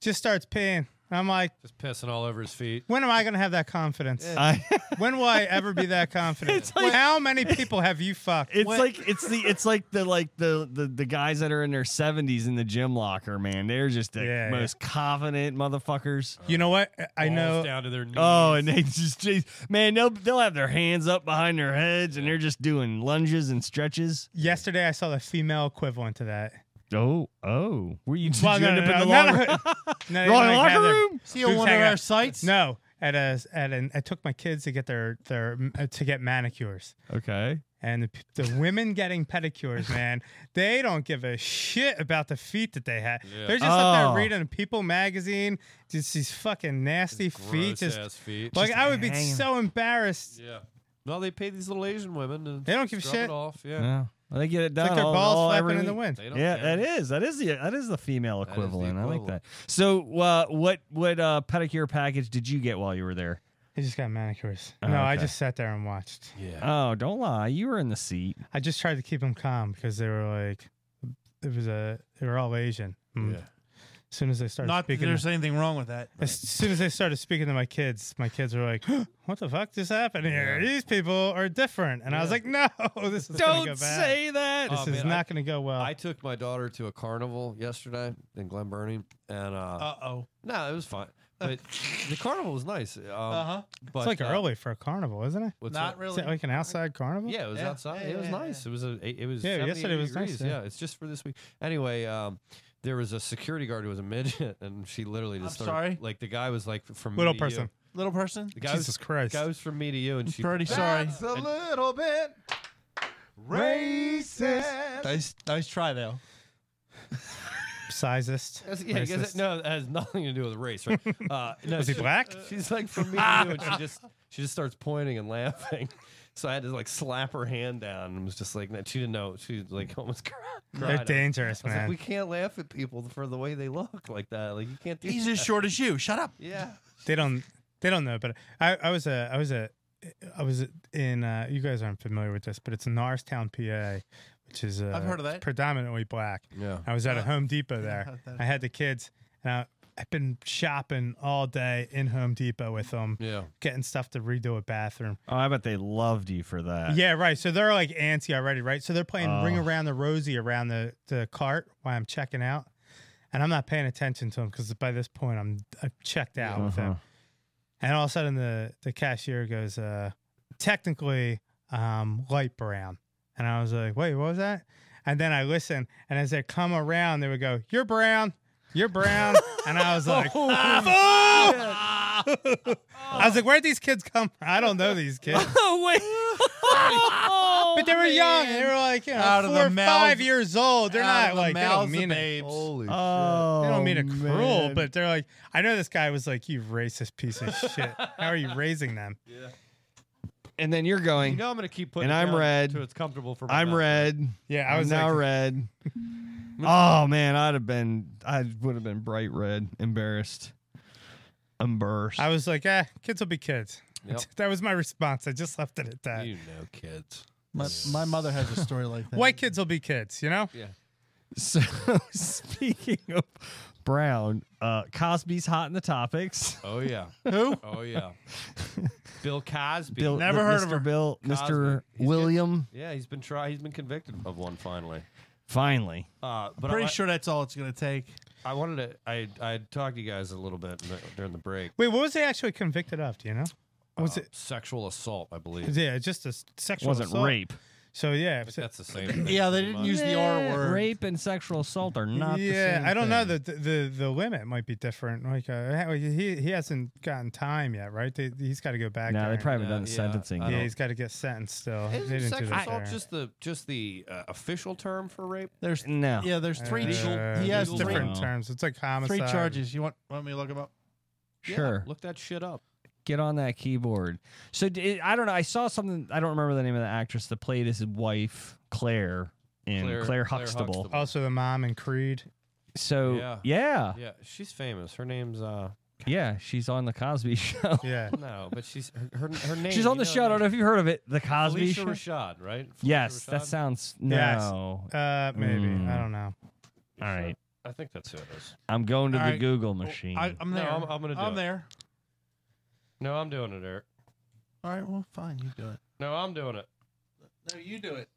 K: Just starts peeing. And I'm like,
J: Just pissing all over his feet.
K: when am I going to have that confidence?
F: I, *laughs*
K: when will I ever be that confident?
F: It's like-
K: How many people have you fucked?
F: it's like it's the it's like the like the, the the guys that are in their 70s in the gym locker, man. They're just the
K: Yeah, yeah.
F: most confident motherfuckers.
K: you know what? I- I
J: Balls
K: know.
J: down to their knees.
F: Oh, and they just geez, man, they'll they'll have their hands up behind their heads and they're just doing lunges and stretches.
K: Yesterday, I saw the female equivalent to that.
F: Oh, oh. Were you, did you
K: Well, no,
F: end
K: no,
F: up
K: no,
F: in the
K: no,
F: long
K: no.
G: *laughs*
K: No, they
F: Wrong
K: didn't
F: locker
K: have their
F: room?
G: See you
K: boots
G: one of
K: hanging
G: our
K: out.
G: sites?
K: No, at a at an I took my kids to get their their uh, to get manicures.
F: Okay.
K: And the, p- the women getting pedicures, man, they don't give a shit about the feet that they have. They're just up
F: Oh.
K: there reading People magazine, just these fucking nasty feet.
J: Gross
K: Just
J: ass feet.
K: like I would be
F: hanging.
K: so embarrassed.
J: yeah. No, they pay these little Asian women. To
K: They don't give a
J: scrub it
K: shit.
J: Off. Yeah.
F: Yeah. Well, they get it done.
K: It's like their
F: all-
K: balls
F: all
K: flapping
F: every
K: in the
F: week.
K: wind.
J: They don't
F: Yeah,
J: care.
F: that is that is the that is the female
J: the
F: equivalent. I like
J: equivalent.
F: that. So, uh, what what uh, pedicure package did you get while you were there?
K: They just got manicures.
F: Oh,
K: no, I
F: okay.
K: just sat there and watched.
J: Yeah.
F: Oh, don't lie, you were in the seat.
K: I just tried to keep them calm because they were like, it was a they were all Asian. Mm.
J: Yeah.
K: As soon as they started
G: Not that
K: er, speaking,
G: there's anything wrong with that.
K: as soon as they started speaking to my kids, my kids were like, "What the fuck just happened here? These people are different." And I was like, "No, *laughs* this is gonna go
F: Don't
K: bad.
F: say that.
K: this
J: Oh,
K: is
J: man, I-
K: not going to go well."
J: I took my daughter to a carnival yesterday in Glen Burnie, and uh,
G: Uh oh.
J: no, it was fine. But the carnival was nice. Um,
G: Uh huh.
J: but,
K: Uh-huh. it's like
J: uh,
K: early for a carnival, isn't it?
J: what's
G: Not
J: that?
K: Is
G: really.
K: it like an outside carnival?
J: Yeah, it was
G: Yeah.
J: outside.
G: Yeah,
J: it was
G: yeah,
J: nice. It was a. It it was.
K: Yeah,
J: 70,
K: yesterday
J: 80
K: was nice,
J: degrees.
K: yeah.
J: Yeah. it's just for this week. Anyway, um, there was a security guard who was a midget, and she literally just
G: I'm
J: started.
G: sorry?
J: Like the guy was like from
K: Little
J: me to you.
K: person.
G: Little person.
J: The guy was-
K: Jesus Christ.
J: Guy was from me to you, and she.
G: Pretty sorry.
D: It's a little bit racist.
G: Nice, nice try though.
K: Sizest.
J: *laughs* That's- yeah, I guess it,
K: racist.
J: no, it has nothing to do with race,
K: *laughs*
J: right? Uh, no,
K: Was he
J: she-
K: black?
J: She's like from me
K: *laughs*
J: to you, and she just she just starts pointing and laughing. *laughs* So I had to like slap her hand down and was just like, no, she didn't know. She like almost *laughs* cri- cried.
K: They're dangerous,
J: I was like,
K: man.
J: we can't laugh at people for the way they look like that. Like you can't do.
G: He's
J: that.
G: as short as you. Shut up.
J: yeah.
K: they don't they don't know but i i was a i was a i was in uh you guys aren't familiar with this but it's norristown pa which is uh,
G: I've heard of that. Oh.
K: predominantly black
J: Yeah.
K: i was at a home
G: *laughs*
K: depot there
G: heard that.
K: i had the kids and I, i've been shopping all day in home depot with them
J: Yeah.
K: getting stuff to redo a bathroom
F: Oh, I bet they loved you for that.
K: yeah right so they're like antsy already right so they're playing
F: Oh.
K: ring around the rosy around the the cart while i'm checking out and i'm not paying attention to them because by this point i'm i checked out with them
F: Uh-huh.
K: and all of a sudden, the, the cashier goes, uh, technically um, light brown. And I was like, wait, what was that? And then I listened. And as they come around, they would go, you're brown.
F: *laughs*
K: You're brown. and I was
F: Oh,
K: like, "Ah, fool!" *laughs* I was like, where'd these kids come from? I don't know these kids.
F: Oh wait. Oh,
K: But they were young. They were like, you know,
G: Out of
K: four
G: the
K: or
G: mouth-
K: five years old. They're
G: Out
K: not
G: of the
K: like, they
G: mouths
K: don't
G: of
K: mean it.
G: babes.
J: Holy.
F: Oh,
K: They don't mean it cruel,
F: man.
K: but they're like, I know this guy was like, you racist piece of shit. How are you raising them?
F: and then you're going.
J: You know I'm gonna keep putting.
F: And
J: it
F: I'm
J: down
F: red.
J: So it's comfortable for. my
F: I'm
J: mouth.
F: red.
K: Yeah, I was
F: now
K: like,
J: *laughs*
F: red. oh man, I'd have been, I would have been bright red, embarrassed, embarrassed.
K: I was like, eh, kids will be kids.
J: Yep.
K: *laughs* That was my response. I just left it at that.
J: You know, kids.
G: *laughs* My, my mother has a story like that.
K: White kids will be kids, you know?
F: *laughs* so speaking of brown, uh, Cosby's hot in the topics.
J: Oh yeah.
G: Who?
J: Oh yeah. Bill Cosby.
F: Bill,
G: Never
F: Mr.
G: heard of her.
F: Bill, Mr.
J: Cosby. He's good.
F: William.
J: Yeah, he's been tried. He's been convicted of one finally.
F: Finally,
J: Uh, but
G: Pretty
J: I,
G: sure that's all it's going to take.
J: I wanted to. I I talked to you guys a little bit in the- during the break.
K: Wait, what was they actually convicted of? Do you know? Was
J: Uh, sexual assault? I
K: it?
J: believe
K: Yeah, just a s- sexual
F: wasn't
K: assault.
F: rape.
K: So yeah, so-
J: that's the
F: *clears throat*
J: same. Thing
G: Yeah, they
J: pretty
G: didn't
J: much.
G: use the R word.
F: Rape and sexual assault are not.
K: yeah,
F: the same
K: I don't
F: thing.
K: know. The, the the the limit might be different. Like uh, how- he he hasn't gotten time yet, right? They, he's got to go back.
F: No,
K: there.
F: they probably haven't
J: Yeah,
F: done the
J: yeah,
F: sentencing.
J: I
K: Yeah,
J: don't-
K: he's got to get sentenced still. They
J: Isn't
K: didn't do
J: sexual
K: that
J: assault
K: there.
J: just the just the uh, official term for rape?
G: There's
F: No.
G: yeah, there's three.
K: Uh,
G: ch- he has
K: there's
G: three,
K: different
F: three-
K: terms. It's like homicide.
G: three charges. You want want me to look them up?
J: Yeah,
F: Sure.
J: look that shit up.
F: get on that keyboard. So d I don't know. I saw something. I don't remember the name of the actress that played his wife, Claire, in Claire,
J: Claire- Claire
F: Huxtable.
J: Huxtable.
K: Also, the mom and Creed.
F: So yeah.
J: Yeah.
F: yeah,
J: Yeah, she's famous. Her name's uh
F: she's on the Cosby *laughs* Show.
K: Yeah.
J: no, but she's her her, her name.
F: she's on
J: you
F: the
J: know
F: show. I
J: her
F: don't know
J: name.
F: if you heard of it, the Cosby
J: Felicia
F: Show.
J: Rashad, right? Felicia
F: yes, that
J: Rashad?
F: sounds
K: Yes.
F: no.
J: Hmm.
K: Uh, maybe
F: Mm.
K: I don't know.
F: All right,
J: I think that's who it is.
F: I'm going to
G: All
F: the
G: right.
F: Google machine.
G: Oh, I, I'm
J: No,
G: there.
J: I'm- I'm gonna do
G: I'm
J: it.
G: there.
J: No, I'm doing it, Eric.
G: All right. Well, fine. You do it.
J: No, I'm doing it.
G: No, you do it.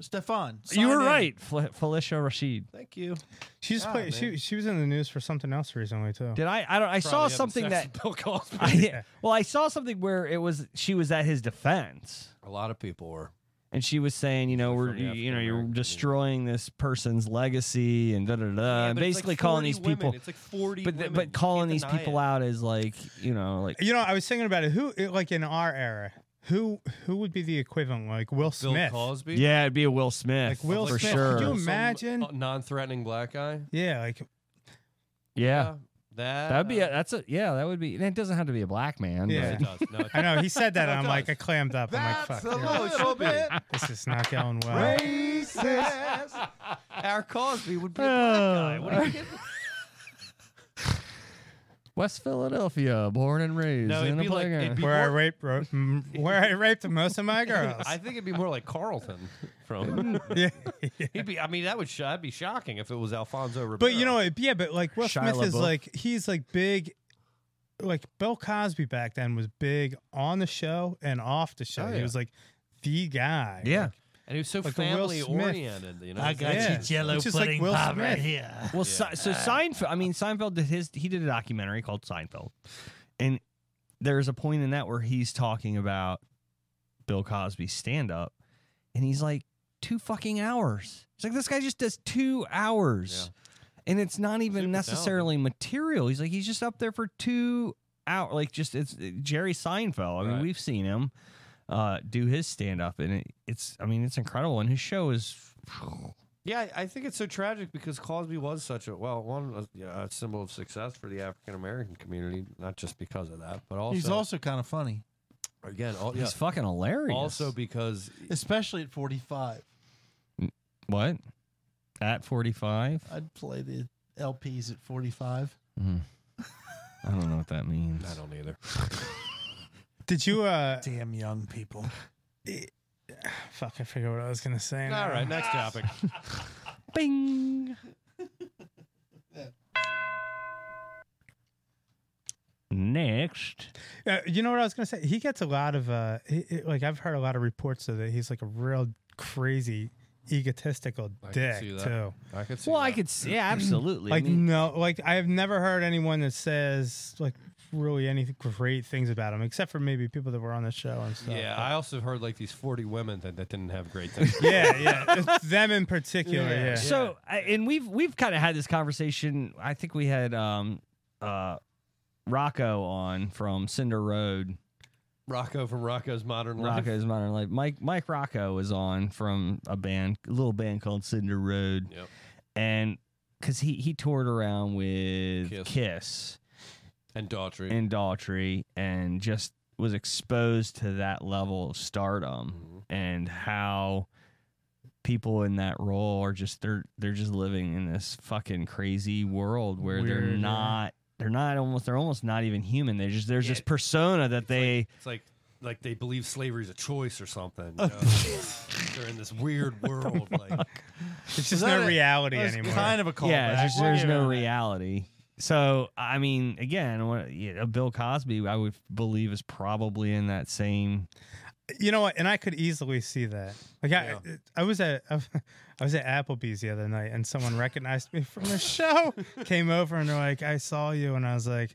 G: Stefan.
F: you
G: sign
F: were
G: in.
F: right, Fel- Felicia Rashid.
J: Thank you.
K: She's
J: God,
K: played, she
J: Ah, man.
K: she was in the news for something else recently too.
F: Did I? I don't. I saw something that.
J: Bill Cosby.
F: I,
J: *laughs*
F: well, I saw something where it was she was at his defense.
J: A lot of people were.
F: and she was saying, you know,
J: From
F: we're
J: the
F: you know, you're
J: African-American
F: destroying this person's legacy and da da da, da, and Uh, basically calling these people,
J: It's like forty.
F: but th- but calling these people out as like, you know, like
K: You know, I was thinking about it. Who like in our era, who who would be the equivalent? Like Will
J: Bill
K: Smith.
J: Cosby.
F: yeah, it'd be a Will Smith,
K: Like Will
F: for
K: Smith.
F: sure.
K: Could you
J: Some,
K: imagine?
J: uh, non-threatening black guy.
K: Yeah, like
F: yeah,
J: That uh,
F: that'd be a, that's a yeah, that would be. And it doesn't have to be a black man.
K: Yeah.
J: It does.
K: *laughs*
J: No, it
K: I know he said that, and I'm
J: does.
K: like I clammed up. I'm like,
D: That's a
K: fuck, dude,
D: little bit
K: this is not going well.
D: racist.
J: does. Our Cosby would be a black guy.
F: *laughs*
G: Uh,
K: Uh,
J: What are you kidding?
F: West Philadelphia, born and raised
J: No,
F: in
J: it'd
F: a
J: be like-
F: playground.
J: it'd be-
K: Where I raped ro- m- where I raped most of my girls.
J: *laughs* I think it'd be more like Carlton from.
K: *laughs* yeah.
J: He'd be. I mean, that would sh- that'd be shocking if it was Alfonso Ribeiro.
K: But you know, what? yeah, but like Will
F: Shia
K: Smith is
F: LaBeouf.
K: like he's like big. Like Bill Cosby back then was big on the show and off the show.
J: Oh,
K: He
J: yeah.
K: was like the guy.
F: yeah.
J: and he was so
K: like a Will
J: family
K: Smith.
J: oriented. You know,
N: I got
K: Yeah.
N: you jello
K: Which is like
N: pudding
K: Will
N: pop
K: Smith.
N: right here.
F: Well, Se- so Seinfeld. I mean, Seinfeld did his. He did a documentary called Seinfeld, and there's a point in that where he's talking about Bill Cosby's stand up, and he's like two fucking hours. It's like this guy just does two hours, and it's not even
J: Super
F: necessarily material. He's like he's just up there for two hours. Like just it's Jerry Seinfeld. I mean,
J: Right.
F: we've seen him uh, do his stand up, and it, it's. I mean, it's incredible, and his show is.
J: Yeah, I- I think it's so tragic because Cosby was such a well, one a, yeah, a symbol of success for the African American community, not just because of that, but also,
G: He's also kind of funny,
J: again, all, yeah,
F: He's fucking hilarious.
J: also because
G: especially at 45.
F: What? At 45?
G: I'd play the LPs at 45.
F: I don't know what that means.
J: I don't either.
K: Did you uh
G: Damn young people.
K: fuck I forget what I was gonna say. now.
J: All right, next topic.
F: Bing. Next.
K: Uh, you know what I was gonna say? He gets a lot of uh, he, he- like I've heard a lot of reports of that he's like a real crazy, egotistical
J: I can
K: dick
J: see that.
K: too.
J: I could see
F: Well, I
J: that.
F: could see. Yeah, absolutely.
K: Like
F: I mean,
K: no, like I have never heard anyone that says like really any great things about him, except for maybe people that were on the show and stuff.
J: Yeah, I also heard like these forty women that, that didn't have
G: *laughs*
J: great things.
K: But- *laughs* yeah, yeah. It's them in particular. Yeah.
J: Yeah.
F: so, I- and we've we've kind of had this conversation. I think we had um, uh, Rocco on from Cinder Road.
J: Rocco from Rocco's Modern Life.
F: Rocco's Modern Life. Mike Mike Rocco was on from a band, a little band called Cinder Road.
J: Yep.
F: and because he he toured around with
J: Kiss.
F: Kiss,
J: and Daughtry.
F: and Daughtry, and just was exposed to that level of stardom
J: Mhm.
F: and how people in that role are just they're they're just living in this fucking crazy world where
K: Weird,
F: they're
K: yeah.
F: not they're not almost they're almost not even human. They're just there's this persona that they
J: it's like like they believe slavery is a choice or something.
G: *laughs*
J: you know? They're in this weird world. Like,
K: *laughs* It's just no reality
G: That's
K: anymore.
G: kind of a call.
F: yeah, there's, there's no reality. So I mean, again, what, yeah, Bill Cosby, I would believe is probably in that same.
K: you know what? And I could easily see that. Like I, I was at *laughs* I was at Applebee's the other night, and someone recognized me from the show. Came over and they're like, "I saw you," and I was like,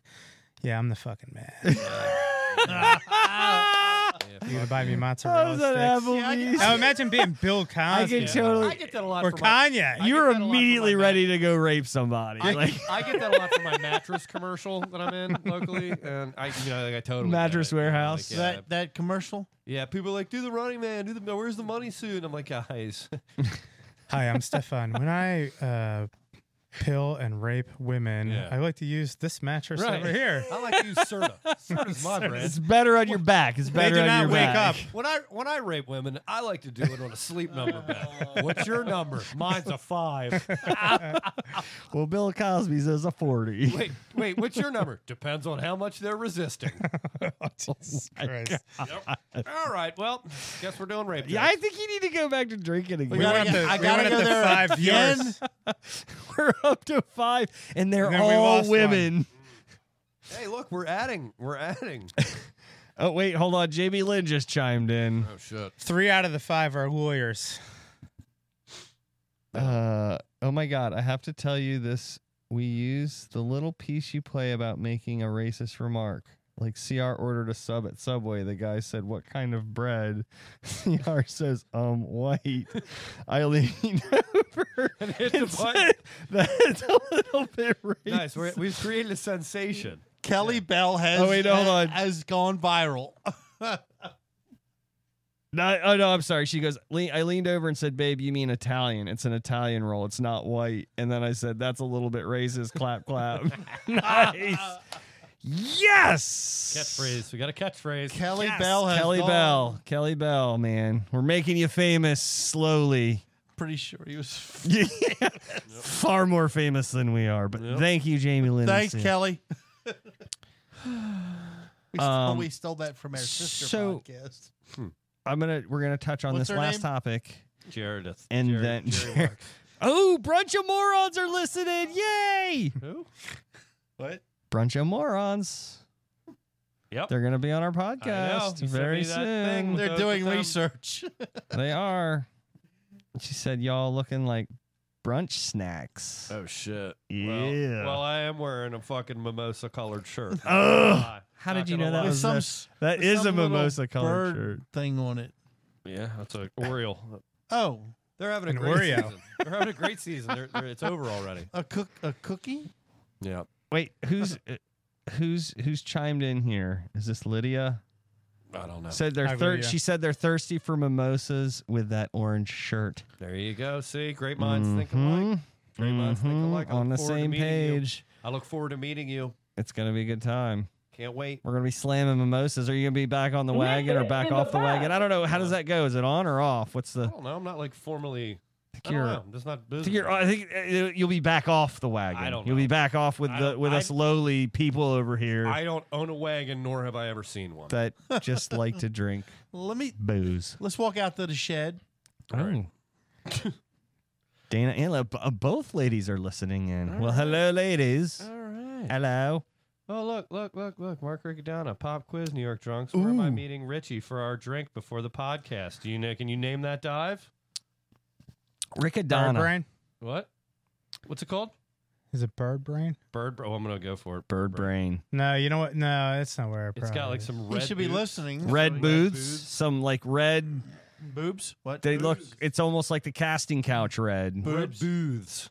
K: "Yeah, I'm the fucking
G: *laughs*
K: man. *laughs* You gonna buy me mozzarella sticks?" Now imagine being
G: *laughs*
K: Bill Cosby.
F: totally.
J: get that a lot.
K: or Kanye.
J: You-
K: You,
F: you're
J: that a lot from
F: immediately
J: my
F: ready to go rape somebody.
J: I,
K: *laughs*
F: like
J: I get that a lot from my mattress commercial that I'm in locally, and I, you know, like I totally get
F: Mattress
J: it, you know, like,
F: Warehouse.
J: yeah,
G: that that commercial.
J: yeah, people are like do the Running Man, do the where's the money soon? I'm like, guys,
K: Hi, I'm Stefan. When I uh, pill and rape women,
J: Yeah.
K: I like to use this mattress
J: Right.
K: over
G: *laughs*
K: here.
J: I like to use Serta. Serta's my
F: it's *laughs*
J: brand.
F: better on your back. It's
K: They
F: better
K: do
F: on
K: not
F: your
K: wake
F: back.
K: up.
J: When I when I rape women, I like to do it on a sleep number bed. What's your number? Mine's a five.
F: Well, Bill Cosby's is a
K: *laughs*
F: forty.
J: *laughs* Wait, wait, what's your number? Depends on how much they're
F: *laughs*
J: resisting.
K: Jesus Christ.
J: All right, well, guess we're doing rape.
F: yeah, I think you need to go back to drinking again.
K: We
F: *laughs*
K: went up to,
G: gotta get- I
K: we
G: gotta
K: went up
G: go
K: to
G: there
K: five
G: again.
K: viewers.
F: we're up to five, and they're
K: And then we
F: all
K: lost one.
F: women.
J: Hey, look, we're adding. We're
F: *laughs*
J: adding.
F: Oh wait, hold on. JB Lynn just chimed in.
D: Oh shit.
K: Three out of the five are lawyers.
F: Uh, oh my God, I have to tell you this. We use the little piece you play about making a racist remark. Like CR ordered a sub at Subway. The guy said, "What kind of bread?" *laughs* CR says, "Um,
J: *laughs*
F: white." I *laughs* leaned over and,
J: hit the button.
F: said, "That's a little bit racist."
J: nice. We're, we've created a sensation.
G: Kelly Bell has,
F: Oh, wait, hold
G: ha-
F: on.
G: has
F: *laughs*
G: gone viral.
F: No, oh no, I'm sorry. She goes. Le- I leaned over and said, "Babe, you mean Italian? It's an Italian roll. It's not white." And then I said, "That's a little bit racist." Clap,
G: *laughs*
F: clap. *laughs* nice. Yes.
J: Catchphrase. We got a catchphrase.
G: Kelly
F: Yes!
G: Bell has
F: Kelly
G: gone-
F: Bell. Kelly Bell. Man, we're making you famous slowly.
G: Pretty sure he was.
F: *laughs* Yeah. Far more famous than we are. But thank you, Jamie Lynn. *laughs*
G: Thanks, Kelly. we, stole,
F: Um,
G: we stole that from our sister
F: so-
G: podcast.
F: I'm gonna. We're gonna touch on
G: What's
F: this
G: her
F: last
G: name?
F: topic,
J: Jaredith.
F: and
J: Jared-
F: then.
J: Jared Marks.
F: oh, brunch of morons are listening! Yay!
J: Who? What?
F: Brunch of morons.
J: Yep.
F: They're going to be on our
J: know.
F: podcast
J: You sent
F: very
J: me that thing
F: soon.
J: with-
G: They're doing
J: Um,
G: *laughs* research.
F: they are. She said, y'all looking like brunch snacks.
J: Oh shit.
F: Yeah.
J: Well, well, I am wearing a fucking mimosa colored shirt.
F: *laughs* Ugh. How
J: Not
F: did you
J: gonna
F: know that
J: lie.
G: With
F: was
G: some,
F: that-
G: s-
F: That
G: with
F: is a
G: some little
F: mimosa colored
G: bird
F: shirt.
G: thing on it.
J: Yeah, that's an Oreo.
G: Oh,
J: They're having a
K: An
J: great
K: Oreo.
J: season. They're having a great season. They're, they're, it's over already.
G: a cook, a cookie.
J: Yeah.
F: Wait, who's uh, who's who's chimed in here? Is this Lydia?
J: I don't know.
F: Said they're
K: Hi,
F: thir-
K: Lydia.
F: she said they're thirsty for mimosas with that orange shirt.
J: There you go. See, great minds think alike.
F: Mhm.
J: Great minds think
F: Mhm.
J: alike. I
F: On the
J: look forward to
F: same
J: meeting you.
F: page.
J: I look forward to meeting you.
F: It's going to be a good time.
J: Can't wait.
F: We're gonna be slamming mimosas. Are you gonna be back on the wagon or back off the wagon? I don't know. How does that go? Is it on or off? What's the?
J: I don't know. I'm not like formally.
F: I
J: I don't know. That's not
F: I
J: business.
F: think, you're, I think uh, you'll be back off the wagon.
J: I don't
F: You'll be
J: know.
F: back off with
J: I
F: the
J: don't-
F: with
J: I-
F: us lowly people over here
J: I don't own a wagon, nor have I ever seen one.
F: that
J: *laughs*
F: just like to drink
G: Let me.
F: booze.
G: Let's walk out to the shed.
F: Oh. Dana and Le- b- uh, both ladies are listening in. Well, hello, ladies.
J: All right.
F: Hello.
J: Oh look, look, look, look! Mark Riccadonna, pop quiz, New York drunks. Where am I
F: Ooh.
J: meeting Richie for our drink before the podcast? Do you know? Can you name that dive?
K: Bird
F: Riccadonna.
K: brain?
J: What? What's it called?
K: Is it bird brain?
J: Bird. Bro- oh, I'm gonna go for it.
F: Bird brain.
K: No, you know what? No, that's not where.
J: It's got like some red.
G: he should be
J: boots.
G: listening.
F: Red booths.
G: boobs.
F: Some like red.
G: Boobs. What?
F: They look.
G: Boobs?
F: It's almost like the casting couch red.
J: Red
G: Boobs.
J: booths.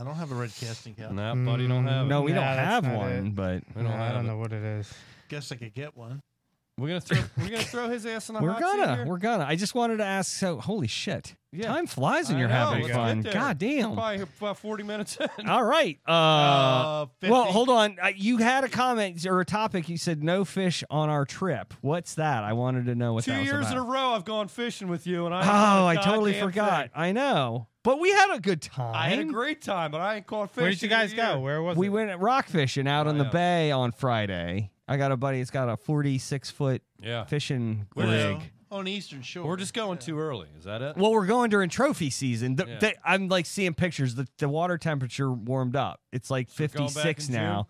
G: I don't have a red casting couch.
J: Nah, buddy, don't have. it.
F: Mm, No, we
K: Nah,
F: don't
K: that's
F: have
K: not
F: one,
K: it.
F: but
J: we don't
K: Nah, I
J: have
K: don't
J: it.
K: know what it is.
G: Guess I could get one.
J: We're gonna throw. we're gonna throw his ass in the
F: we're
J: hot seat
F: gonna,
J: here.
F: we're gonna. I just wanted to ask. So, holy shit,
J: Yeah.
F: time flies and
J: I
F: you're
J: know,
F: having
J: let's
F: fun.
J: get there.
F: God
J: We're
F: damn.
J: probably here about 40 minutes
F: *laughs*
J: in.
F: All right. Uh,
G: Uh, 50.
F: well, hold on. Uh, you had a comment or a topic. You said no fish on our trip. What's that? I wanted to know what
J: Two
F: that was
J: years in a
F: about.
J: row, I've gone fishing with you, and I.
F: Oh, I totally forgot. I know, but we had a good time.
J: I had a great time, but I ain't caught fish.
K: Where did you
J: in a
K: guys go?
J: year.
K: Where was
F: we
K: it?
F: went rock fishing out on the
J: yeah.
F: bay on Friday. I got a buddy. It's got a 46 foot
J: Yeah.
F: fishing
G: Where?
F: rig.
G: On Eastern Shore.
J: We're just going too early. Is that it?
F: Well, we're going during trophy season. The,
J: Yeah.
F: the- I'm like seeing pictures. The, the water temperature warmed up. It's like
J: you're going back
F: 56
J: in
F: now.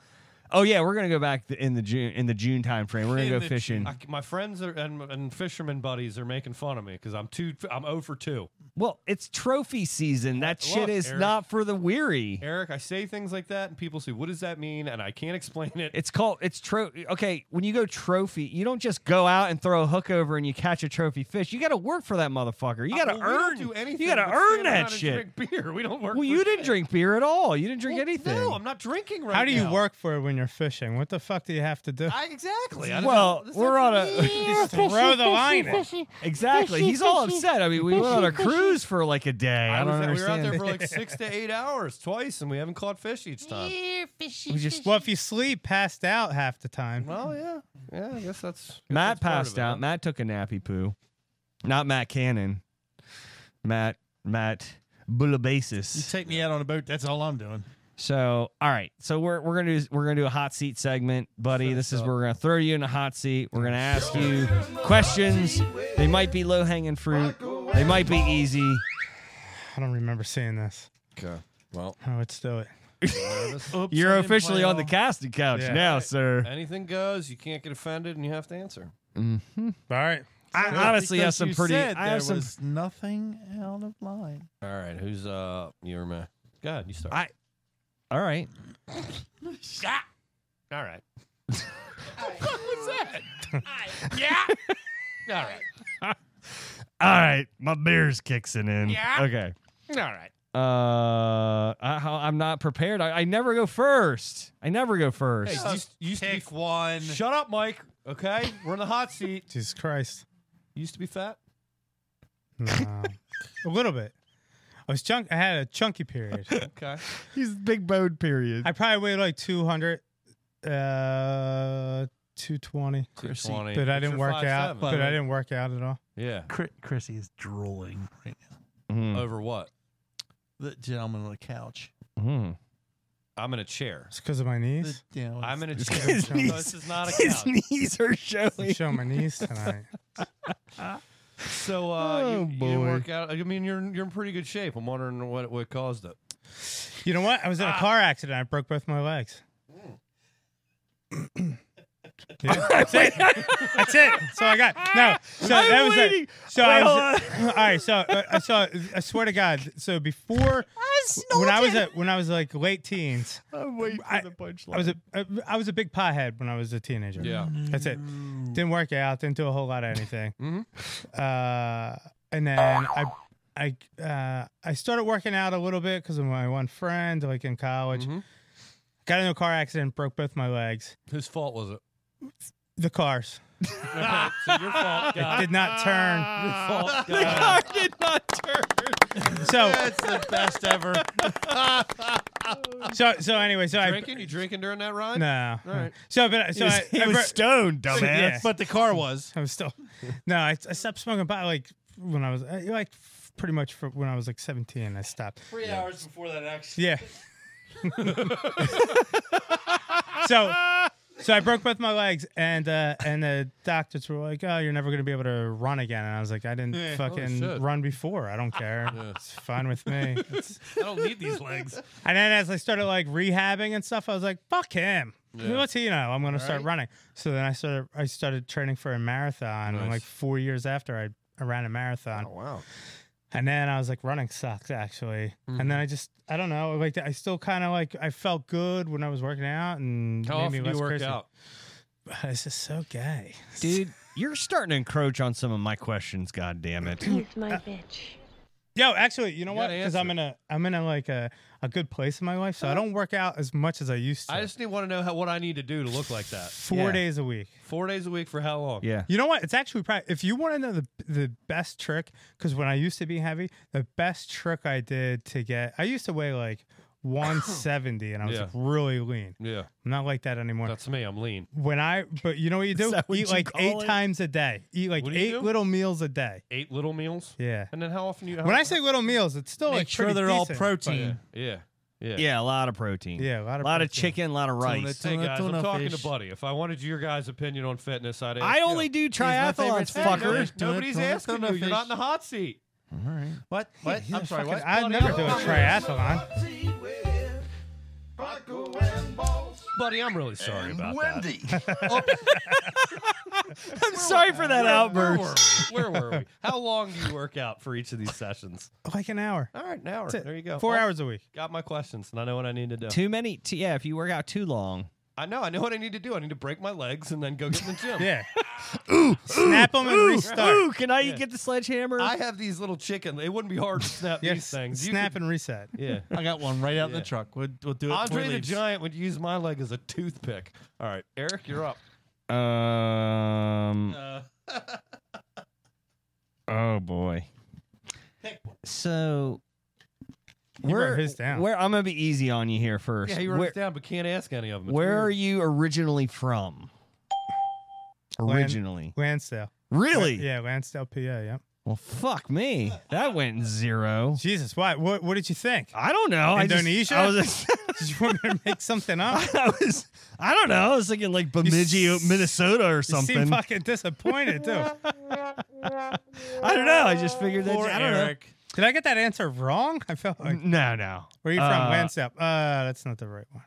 F: Oh yeah, we're gonna go back th- in the June in the June time frame. We're gonna
G: In
F: go
G: the
F: fishing.
J: I c my friends are, and, and fishermen buddies are making fun of me because I'm too. I'm 0 for 2.
F: Well, it's trophy season.
J: Look,
F: That shit is
J: Eric.
F: not for the weary.
J: Eric, I say things like that, and people say, "What does that mean?" And I can't explain it.
F: It's called it's tro. Okay, when you go trophy, you don't just go out and throw a hook over and you catch a trophy fish. You got to work for that motherfucker. You got to
J: Well, Uh, we don't
F: earn.
J: do anything
F: you got to
J: but
F: earn
J: stand around
F: that
J: and
F: shit.
J: Drink beer. *laughs* We don't work.
F: Well,
J: for
F: you
J: shit.
F: didn't drink beer at all. You didn't drink
J: Well,
F: anything.
J: No, I'm not drinking right now.
K: How do you work for it when you're fishing? What the fuck do you have to do?
J: I, exactly. I don't
F: Well,
J: know. This
F: we're
J: is-
F: on a
K: Just throw the line. in.
F: *laughs* exactly. He's all upset. I mean, we went on a cruise for like a day. I,
J: I was
F: don't
J: out- we were out
F: understand.
J: there for like six to eight hours twice, and we haven't caught fish each time.
K: We just well, if you sleep passed out half the time.
F: Oh,
J: Well, yeah, yeah. I guess that's I guess that's part of
F: Matt passed
J: it,
F: out.
J: huh?
F: Matt took a nappy poo. Not Matt Cannon. Matt Matt
G: You
F: Bulabasis.
G: take me out on a boat. That's all I'm doing.
F: So all right. So we're we're gonna do we're gonna do a hot seat segment, buddy. This is where we're gonna throw you in a hot seat. We're gonna ask you questions. They might be low hanging fruit. They might be easy.
K: I don't remember seeing this.
N: Okay. Well,
K: Oh, let's do it.
J: Nervous?
F: You're
J: I didn't play
F: officially on the
J: all.
F: casting couch
K: Yeah.
F: now,
J: Right.
F: sir.
J: *laughs* Anything goes. You can't get offended, and you have to answer.
K: All right.
F: I honestly have some pretty. I have some.
N: nothing out of line.
J: All right, who's uh, up? You're my. Go ahead, you start.
F: I- All right.
J: All right.
F: *laughs*
J: what was that? yeah. All right.
F: All right. My beer's kicking in.
J: Yeah.
F: Okay.
J: All right.
F: Uh, I, how- I'm not prepared. I, I never go first. I never go first.
J: Hey, used, used to be,
N: Pick one.
J: shut up, Mike. Okay, we're in the hot seat.
K: Jesus Christ.
J: Used to be fat.
K: No. a little bit. I was chunk. I had a chunky period.
J: *laughs* Okay.
F: He's big bone period.
K: I probably weighed like 200, uh, 220.
J: 220.
K: But I
J: But
K: didn't
J: you're
K: work out.
J: 5'7".
K: But I didn't work out at all.
J: Yeah.
N: Chrissy is drooling right now.
F: Mm,
J: Over what?
N: The gentleman on the couch.
F: mm.
J: I'm in a chair.
K: It's because of my *laughs*
N: The
G: *laughs*
K: knees.
N: gentleman-
J: I'm in a chair.
F: His
J: *laughs* so
F: knees-
J: this is not a
F: His
J: couch.
F: knees are
K: I'm
F: showing.
K: showing my knees tonight.
J: So uh,
F: Oh,
J: you, you didn't
F: boy.
J: work out. I mean, you're you're in pretty good shape. I'm wondering what what caused it.
K: You know what? I was in a car accident. I broke both my legs. Yeah, that's it. That's it. So I got no. So
F: I'm
K: that was
F: waiting.
K: it. So I
F: Well,
K: was. *laughs* all right. So uh, I saw. I swear to God. So before when I was at when I was like late teens,
F: I'm waiting
K: I-
F: the punchline.
K: I was a uh, I was a big pothead when I was a teenager.
J: Yeah.
F: Mm-hmm.
K: That's it.
N: Mm.
K: Didn't work out. Didn't do a whole lot
N: *laughs*
K: of anything.
N: Mm-hmm.
K: Uh, and then I I uh, I started working out a little bit because of my one friend, like in college.
N: Mm-hmm.
K: Got in a car accident, broke both my legs.
J: Whose fault was it?
K: The cars
J: Okay, so your
F: *laughs*
J: fault. Got
K: did not
F: Ah.
J: fault.
K: turn.
F: the car did not turn.
N: *laughs*
K: So
N: That's the best ever.
K: *laughs* so so anyway. So
J: drinking? You drinking during that
K: I
J: ride?
K: no.
J: All right.
K: So but
F: he
K: so
F: was,
K: I,
F: he
K: I
F: was
K: bro-
F: stoned, dumbass.
K: *laughs* Yeah.
N: But the car was.
K: *laughs* I was still no. I, I stopped smoking pot like when I was I, like f- pretty much for when I was like seventeen. I stopped.
N: Three hours before that accident.
K: Yeah.
N: *laughs*
K: so so I broke both my legs and uh, and the doctors were like, "Oh, you're never gonna be able to run again." And I was like, "I didn't fucking
J: shit.
K: run before. I don't care. It's fine with me." It's-
J: *laughs* I don't need
N: *laughs*
J: these legs.
K: and then as I started like rehabbing and stuff, I was like, "Fuck him." What's he know? I'm gonna start running. So then I started. I started training for a marathon, and
J: Nice.
K: like four years after I, I ran a marathon.
J: Oh, wow.
K: And then I was like, running sucks actually. And
J: Mm-hmm.
K: then I just, I don't know, like I still kind of like I felt good when I was working out, and
J: How
K: made
J: often
K: me
J: do
K: less
J: you work
K: crazy.
J: out?
K: This is so gay.
F: Dude, you're starting to encroach on some of my questions, God damn it.
K: Yo, actually, you know
J: You
K: what?
J: gotta Uh-huh.
K: Because I'm in a, I'm in a like a, a good place in my life, so I don't work out as much as I used to.
J: I just need want to know how, what I need to do to look like that.
K: Four
F: yeah.
K: days a week.
J: Four days a week for how long?
F: Yeah.
K: You know what? It's actually probably if you want to know the the best trick, because when I used to be heavy, the best trick I did to get I used to weigh like 170 and I was
J: Yeah.
K: like really lean.
J: Yeah.
K: I'm not like that anymore.
J: That's me. I'm lean.
K: when I but you know what you do?
F: that what
K: Eat
F: you
K: like
F: call
K: eight
F: it?
K: times a day. Eat like
J: What do you
K: eight
J: do?
K: little meals a day.
J: Eight little meals.
K: Yeah.
J: And then how often
F: Oh,
J: do you? How,
K: When I say little meals, it's still
N: Make
K: like
N: sure
K: pretty
N: they're all
K: decent, but-
N: protein.
J: Yeah. Yeah.
F: Yeah, a lot of protein.
K: Yeah, a lot of
F: lot of
K: protein.
F: chicken, a lot of
N: Tuna,
F: rice.
J: Hey
N: Tuna,
J: guys, I'm
N: tuna
J: talking
N: fish.
J: to Buddy. If I wanted your guys' opinion on fitness, I'd. Ask
F: I
J: you.
F: only do
N: my favorite
F: triathlons,
N: snack.
F: fucker.
J: Nobody's,
N: Tuna,
J: nobody's
N: tuna,
J: asking
N: tuna
J: you. You're not
N: fish.
J: in the hot seat.
N: What? What? I'm sorry. What?
K: I'd never do a triathlon.
J: Buddy, I'm really sorry about that.
F: I'm sorry for that
J: Where
F: outburst.
J: were we? Where were we? How long do you work out for each of these sessions?
K: Like an hour.
J: All right, an hour.
K: That's it.
J: There you go.
K: Four
J: Oh,
K: hours a week.
J: Got my questions, and I know what I need to do.
F: Too many. T- yeah, if you work out too long.
J: I know. I know what I need to do. I need to break my legs and then go get in the
F: *laughs*
J: gym.
K: Yeah. Snap them and restart.
F: Ooh, can I get the sledgehammer? *laughs*
J: I have these little chicken. It wouldn't be hard to snap
K: Yeah,
J: these things. You
K: snap
J: could-
K: and reset.
J: yeah.
N: I got one right out in
J: Yeah.
N: the truck. We'll, we'll do it. before
J: Andre
N: he
J: the
N: *laughs* leaves.
J: Giant would use my leg as a toothpick. All right, Eric, you're up.
F: um. *laughs* oh boy. So.
K: wrote
F: Where,
K: his down.
F: where I'm gonna be easy on you here
J: *laughs*
F: first.
J: Yeah, he wrote
F: where
J: it down, but can't ask any of them. It's
F: where are
J: weird.
F: you originally from?
K: Lan-
F: Originally,
K: Lansdale.
F: really?
K: Yeah, Lansdale, PA. Yeah.
F: Well, fuck me. That went zero.
K: Jesus, why? What? What did you think?
F: I don't know. I just-
K: Indonesia? *laughs*
F: I was.
K: Did *laughs* you want me to make something up?
F: *laughs* I was. I don't know. I was thinking like Bemidji,
K: s-
F: Minnesota, or
K: You seem
F: something. *laughs*
K: fucking disappointed too.
F: I don't know. I just figured that.
N: Poor
F: I don't
N: Eric.
F: know.
K: Did I get that answer wrong? I felt like
F: no, no.
K: Where are you from?
F: Uh,
K: Lansdowne. Uh, that's not the right one.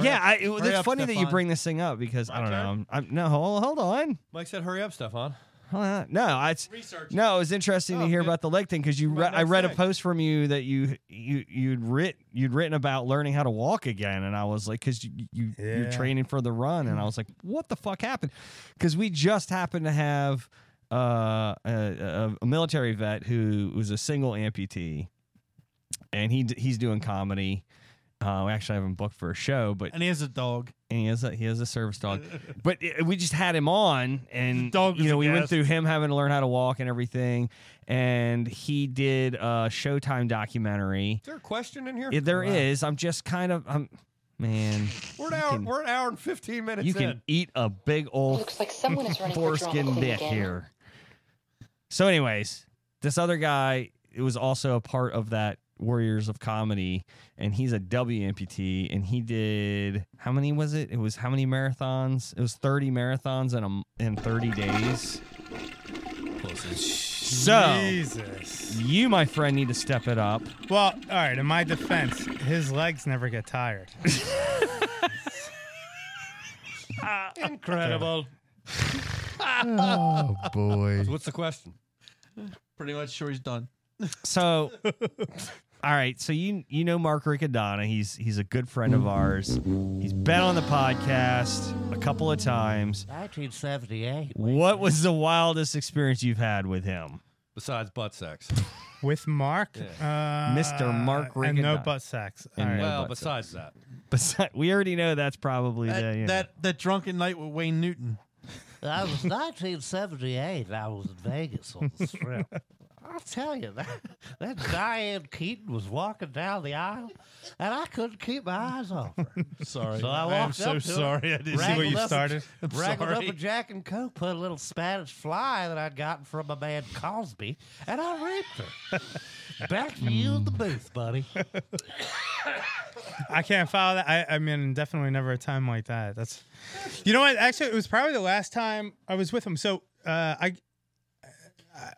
F: yeah, I,
J: hurry
F: it's
J: up,
F: funny that you
J: Stefan.
F: bring this thing up because I don't know. I'm, I'm, no, hold, hold on.
J: Mike said, "Hurry up, Stefan."
F: Hold on. No, I, it's
J: Research.
F: no. It was interesting to hear about the leg thing because you. Re- I
J: next
F: read a
J: thing.
F: post from you that you you you'd writ you'd written about learning how to walk again, and I was like, because you, you
K: Yeah.
F: you're training for the run, and I was like, what the fuck happened? Because we just happened to have uh, a, a, a military vet who was a single amputee, and he d- he's doing comedy. Uh, we actually have him booked for a show, but
N: And he has a dog.
F: and he has a he has a service dog. but it, we just had him on, and
N: dog
F: you
N: is
F: know
N: a
F: we went
N: gas.
F: through him having to learn how to walk and everything. And he did a Showtime documentary.
J: Is there a question in here?
F: If There
J: Wow.
F: is. I'm just kind of. I'm man.
J: We're an
F: you
J: hour.
F: can-
J: we're an hour and fifteen minutes
F: You
J: in.
F: can eat a big old
C: Looks like someone is running for drama
F: foreskin
C: queen
F: dick
C: again.
F: here. So, anyways, this other guy it was also a part of that Warriors of Comedy, and he's a WMPT, and he did how many was it? It was how many marathons? It was thirty marathons in a m- in thirty days. So
K: Jesus.
F: you, my friend, need to step it up.
K: Well, all right. In my defense, his legs never
F: *laughs*
K: get tired.
N: Incredible.
J: oh boy! what's the question?
N: *laughs* Pretty much sure he's done.
F: So, *laughs* all right. So you you know Mark Riccadonna. He's he's a good friend of ours. He's been on the podcast a couple of times.
O: 1978.
F: What was the wildest experience you've had with him? *laughs*
J: Besides butt sex.
K: With Mark, uh,
F: Mr. Mark
K: and no
F: Riccadonna.
K: butt sacks.
F: And
K: All right.
F: no
N: Well,
F: butt
J: Besides
F: sex.
J: that,
F: Besi- we already know that's probably the, you know.
N: That that drunken night with Wayne Newton.
O: That was 1978. I was in Vegas on
N: *laughs*
O: the strip. I'll tell you, that, that Diane Keaton was walking down the aisle, and I couldn't keep my eyes off her.
N: *laughs* Sorry.
O: So I
N: I
O: walked
N: am
O: up
N: so
O: to
N: sorry.
O: Her,
N: I didn't see
O: wrangled
N: where you
O: up a-
N: started. I'm
O: wrangled
N: sorry.
O: up a Jack and Coke, put a little Spanish fly that I'd gotten from a man Cosby, and I raped
N: *laughs*
O: her. Back to you in the booth, buddy.
K: I can't follow that. I, I mean, definitely never a time like that. That's, you know what? Actually, it was probably the last time I was with him. So uh, I, I-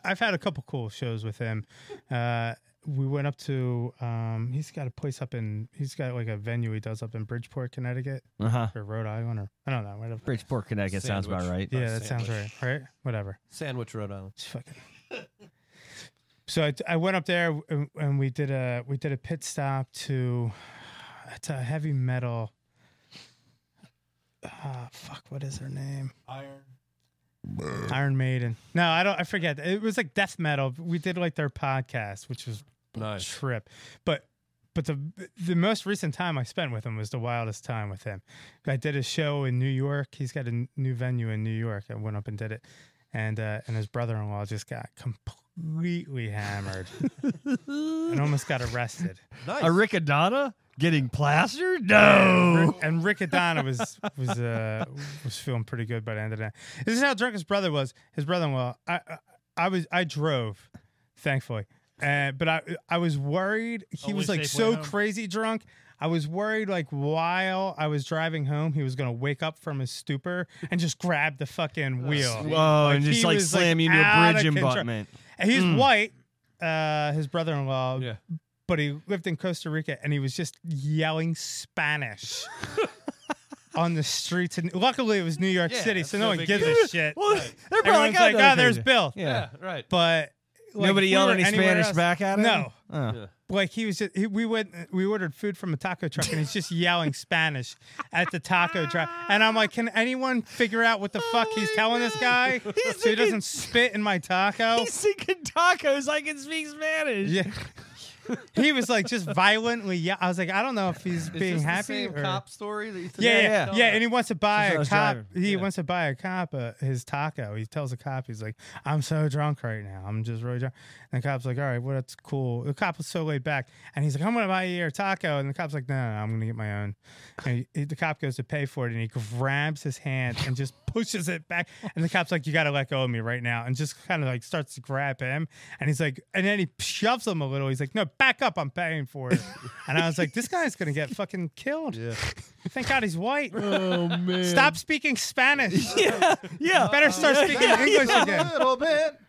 K: I've had a couple cool shows with him. Uh, we went up to, um, he's got a place up in, he's got like a venue he does up in Bridgeport, Connecticut,
F: Uh-huh.
K: or Rhode Island, or I don't know, whatever.
F: Bridgeport, Connecticut sounds about right.
J: Sandwich.
K: Yeah, that sounds right.
J: Sandwich.
K: Right? Whatever.
J: Sandwich, Rhode Island.
K: It's fucking. So I, I went up there and, and we did a we did a pit stop to it's a heavy metal. Uh, fuck, what is her name?
N: Iron.
K: Iron Maiden. No, I don't. I forget. It was like death metal. We did like their podcast, which was
J: Nice.
K: a trip. But but the the most recent time I spent with him was the wildest time with him. I did a show in New York. He's got a n- new venue in New York. I went up and did it, and uh, and his brother in law just got completely hammered and almost got arrested.
F: A Riccadonna getting plastered?
K: And
F: No.
K: Rick- And Rick Adana was was uh, was feeling pretty good by the end of that. This is how drunk his brother was. His brother-in-law. I I, I was I drove, thankfully, uh, but I I was worried. He
N: Always
K: was like
N: Oh, safe
K: so
N: way home.
K: crazy drunk. I was worried like while I was driving home, he was gonna wake up from his stupor and just grab the fucking wheel.
F: Whoa, Oh, and just,
K: he
F: like,
K: was,
F: slam you into a
K: out
F: bridge
K: of control.
F: abutment.
K: And he's
F: Mm.
K: white. Uh, his brother-in-law.
J: Yeah.
K: But he lived in Costa Rica and he was just yelling Spanish on the streets. And luckily, it was New York
J: Yeah,
K: City, so
J: that's
K: no
J: no
K: one
J: big
K: gives
J: deal.
K: a
F: *laughs*
K: shit.
F: Well, they're probably
K: Everyone's
F: like,
K: like,
F: "Oh, there's
K: oh, there's
F: Bill."
K: Bill.
J: Yeah, right.
K: But like,
F: Nobody
K: if we
F: yelled
K: were
F: any
K: anywhere
F: Spanish
K: else-
F: back at him?
K: No.
F: Oh.
J: Yeah.
K: Like he was just, he, we went, we ordered food from a taco truck and he's just yelling Spanish at the taco truck. And I'm like, can anyone figure out what the fuck he's telling this guy so he doesn't spit in my taco?
F: He's thinking tacos. I can speak Spanish.
K: Yeah. *laughs* he was like just violently, yeah. I was like, I don't know if he's
J: Is
K: being
J: this
K: happy
J: the same
K: or-
J: cop story that you told
K: yeah,
J: me?
K: yeah, yeah, And he wants to buy
F: Since I
K: a
F: was
K: cop.
F: driving.
K: He wants to buy a cop uh, his taco. He tells the cop, he's like, "I'm so drunk right now. I'm just really drunk." And the cop's like, "All right, well, that's cool." The cop was so laid back, and he's like, "I'm gonna buy you your taco," and the cop's like, "No, no, no I'm gonna get my own." And he, the cop goes to pay for it, and he grabs his hand and just *laughs* pushes it back. And the cop's like, "You gotta let go of me right now," and just kind of like starts to grab him, and he's like, and then he shoves him a little. He's like, "No, back up. I'm paying for it." and I was like, "This guy's gonna get fucking killed." Thank God
F: *laughs*
K: he's white.
N: Oh man.
K: Stop speaking Spanish.
F: Mm. Yeah.
K: Better start speaking English again.
N: little bit.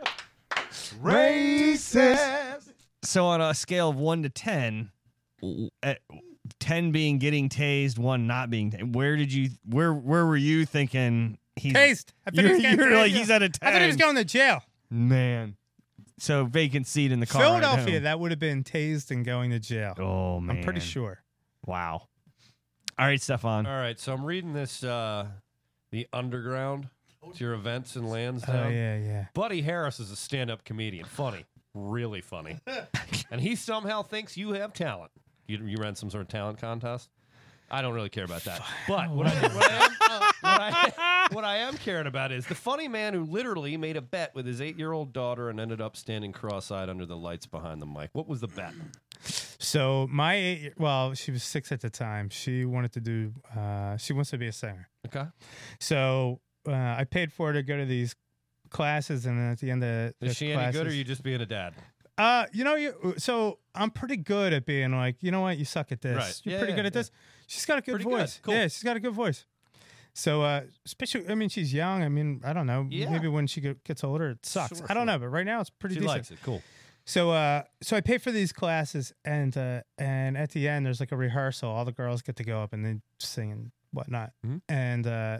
D: Racist.
F: So on a scale of one to ten, w- at ten being getting tased, one not being. ta- Where did you? Where where were you thinking? He's
K: Taste. I thought he
F: you're,
K: was getting
F: you're
K: tased.
F: like he's at a
K: I
F: ten.
K: thought he was going to jail.
F: Man, so vacant seat in the car. ride
K: Philadelphia,
F: home.
K: that would have been tased and going to jail.
F: Oh man,
K: I'm pretty sure.
F: Wow. All right, Stefan.
J: All right, so I'm reading this uh the underground to your events in Lansdowne.
K: Oh, yeah, yeah.
J: Buddy Harris is a stand-up comedian. Funny. Really
K: *laughs*
J: funny. and he somehow thinks you have talent. You you ran some sort of talent contest? I don't really care about that. But what I, what, I am, *laughs* what, I, what I am caring about is the funny man who literally made a bet with his eight-year-old daughter and ended up standing cross-eyed under the lights behind the mic. What was the
K: *clears throat*
J: bet?
K: So my eight, well, she was six at the time. She wanted to do. Uh, she wants to be a singer.
J: Okay.
K: So uh, I paid for her to go to these classes, and then at the end of the
J: Is she any
K: classes,
J: good or are you just being a dad?
K: Uh, you know, you, so I'm pretty good at being like, you know what, you suck at this.
J: Right.
K: You're
J: Yeah,
K: pretty
J: yeah,
K: good at
J: yeah.
K: this. She's got a good
J: Pretty good.
K: voice.
J: Cool.
K: Yeah, she's got a good voice. So, uh, especially, I mean, she's young. I mean, I don't know.
J: Yeah.
K: Maybe when she get- gets older, it sucks.
J: Sure,
K: I don't
J: sure.
K: know, but right now it's pretty
J: She
K: decent.
J: likes it. Cool.
K: So, uh, so I pay for these classes, and uh, and at the end, there's like a rehearsal. All the girls get to go up and they sing and whatnot.
J: Mm-hmm.
K: And uh,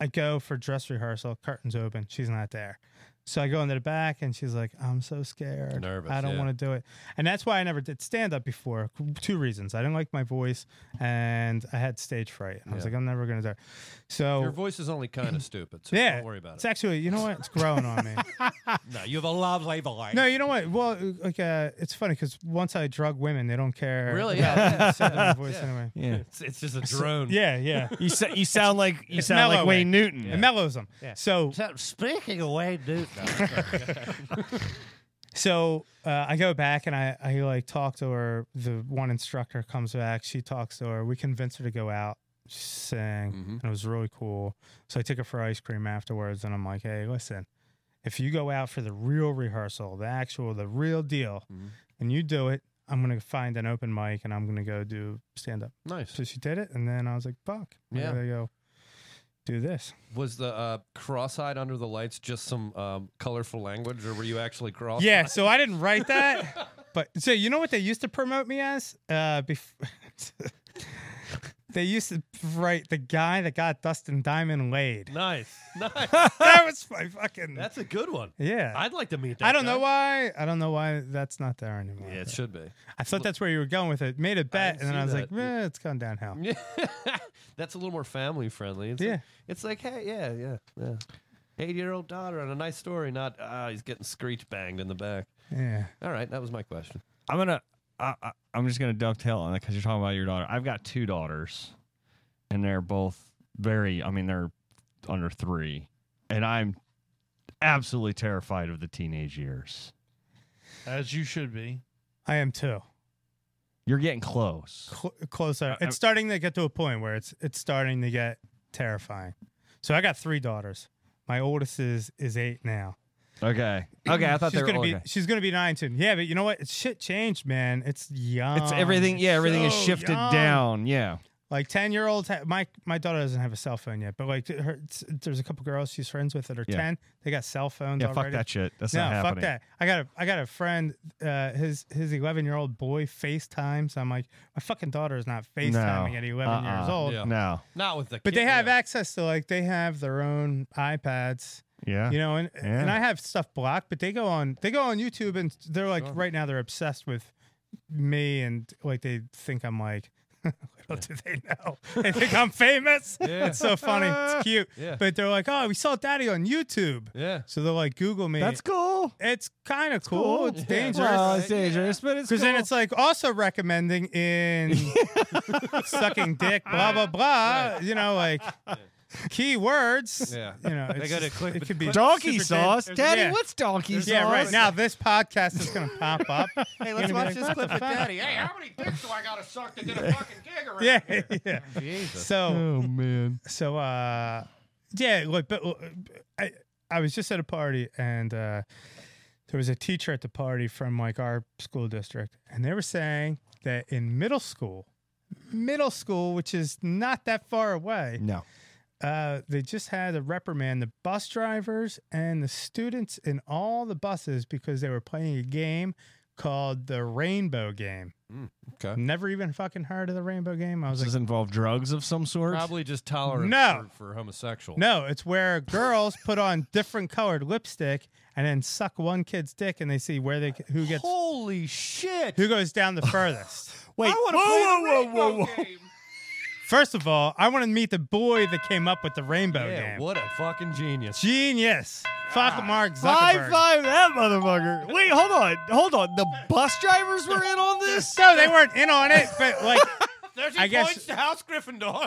K: I go for dress rehearsal. Curtains open. She's not there. So I go into the back, and she's like, "I'm so scared.
J: Nervous,
K: I don't
J: yeah.
K: want to do it." And that's why I never did stand up before. Two reasons: I didn't like my voice, and I had stage fright. I
J: Yeah.
K: was like, "I'm never gonna do." It. So
J: Your voice is only kind of stupid, so
K: yeah,
J: don't worry about
K: It's actually, you know what? It's growing on
J: *laughs*
K: me.
J: it. No, you have a lovely voice.
K: No, you know what? Well, like uh, it's funny because once I drug women, they don't
N: *laughs*
K: care.
J: Really?
K: about
J: Yeah.
K: the sound of my voice
J: Yeah.
K: anyway.
J: Yeah.
K: *laughs*
J: It's- it's just a drone.
F: *laughs*
K: yeah, yeah.
F: You sa- you sound like you
K: It's
F: sound like
K: mellowing.
F: Wayne Newton.
K: It mellows them.
O: Yeah.
K: So,
O: So, speaking of Wayne Newton,
K: so uh, I go back and I I like talk to her. The one instructor comes back. She talks to her. We convince her to go out. She sang, and it was really cool. So I took her for ice cream afterwards, and I'm like, hey, listen, if you go out for the real rehearsal, the actual, the real deal, and you do it, I'm gonna find an open mic and I'm gonna go do stand up.
J: Nice.
K: So she did it, and then I was like, "Fuck, I
J: Yeah.
K: gotta go do this."
J: Was the uh, cross-eyed under the lights just some um, colorful language, or were you actually cross?
K: Yeah. So I didn't write that, *laughs* but so you know what they used to promote me as? Uh, bef- *laughs* they used to write the guy that got Dustin Diamond
J: *laughs*
K: laid.
J: Nice, nice.
K: that was my fucking.
J: That's a good one.
K: Yeah.
J: I'd like to meet that.
K: I don't
J: guy.
K: know why. I don't know why that's not there anymore.
J: Yeah, it should be.
K: I thought that's where you were going with it. Made a bet,
J: didn't
K: and then
J: see
K: I was
J: that.
K: like, eh, it's gone downhill.
J: Yeah. *laughs* That's a little more family friendly. It's
K: Oh. Yeah.
J: Like, it's like, hey, yeah, yeah, yeah. Eight-year-old daughter and a nice story. Not, ah, he's getting screech banged in the back.
K: Yeah.
J: All right, that was my question.
F: I'm gonna. I, I, I'm just gonna dovetail on that because you're talking about your daughter. I've got two daughters, and they're both very. I mean, they're under three, and I'm absolutely terrified of the teenage years.
N: As you should be.
K: I am too.
F: You're getting close.
K: Cl- closer.
F: I-
K: It's starting to get to a point where it's it's starting to get terrifying. So I got three daughters. My oldest is is eight now.
F: Okay. Okay. I thought
K: she's
F: they were
K: gonna be
F: okay.
K: she's gonna be nine soon. Yeah, but you know what? It's shit changed, man. It's young.
F: It's everything. Yeah, everything is
K: Oh, so
F: shifted
K: young.
F: down. Yeah.
K: Like ten year olds. Ha- my my daughter doesn't have a cell phone yet, but like her, it's- there's a couple girls she's friends with that are
F: Yeah.
K: ten. They got cell phones.
F: Yeah, fuck
K: already.
F: that shit. That's
K: no,
F: not happening.
K: fuck that. I got a I got a friend. Uh, his his 11 year old boy FaceTimes. I'm like, my fucking daughter is not FaceTiming at 11 years
F: Uh-uh.
K: old.
J: Yeah.
F: No.
J: Not with the.
K: But they
J: kid-
K: have
J: yeah.
K: access to like they have their own iPads.
F: Yeah.
K: You know, and
F: Yeah.
K: and I have stuff blocked, but they go on they go on YouTube and they're like
J: Sure.
K: right now they're obsessed with me and like they think I'm like *laughs* little do they know. *laughs* They think I'm famous.
J: Yeah.
K: It's so funny.
J: *laughs*
K: It's cute.
J: Yeah.
K: But they're like, Oh, we saw Daddy on YouTube.
J: Yeah.
K: So they'll like Google me.
F: That's cool.
K: it's kind of cool.
F: cool.
K: It's
F: Yeah.
K: dangerous.
F: Well, it's dangerous, but it's
K: Because then it's like also
F: *laughs*
K: recommending in sucking dick, blah blah blah. You know, like keywords.
J: Yeah.
K: you know,
J: They
K: it's
J: gotta
K: just-
J: click
K: It could be
J: between-
F: donkey
K: super
F: sauce,
K: dangerous.
F: Daddy.
K: Yeah.
F: What's donkey sauce?
K: yeah, right now this podcast is gonna pop
F: *laughs*
K: up.
J: Hey,
K: You're
J: let's
K: gonna be
J: watch
K: like,
J: this
K: "What
J: clip
K: the
J: with
K: fuck?"
J: Daddy. Hey,
N: *laughs*
J: how many dicks do I gotta suck to get a fucking gig around
K: Yeah,
J: here?
K: yeah.
J: Jesus.
K: So,
F: Oh, man.
K: so, uh, yeah. Look, but uh, I, I was just at a party and uh, there was a teacher at the party from like our school district, and they were saying that in middle school, middle school, which is not that far away,
F: No.
K: Uh, they just had to reprimand the bus drivers and the students in all the buses because they were playing a game called the Rainbow Game.
J: okay.
K: Never even fucking heard of the Rainbow Game. I was
F: Does this
K: like,
F: involve drugs of some sort?
J: Probably just tolerance
K: No.
J: for, for homosexual.
K: no, it's where girls put on different colored lipstick and then suck one kid's dick and they see where they who gets
J: Holy shit.
K: who goes down the furthest.
F: Wait, whoa, whoa, whoa, whoa, whoa.
K: First of all, I want to meet the boy that came up with the Rainbow
J: Oh, Yeah,
K: Game.
J: what Ah. a fucking genius. *laughs*
K: Genius. Fuck Mark
F: High
K: Zuckerberg.
F: five that motherfucker. Wait, hold on. Hold on. The bus drivers were in on this?
K: No, they weren't in on it, but like,
J: 30
K: I guess-
J: points to House Gryffindor.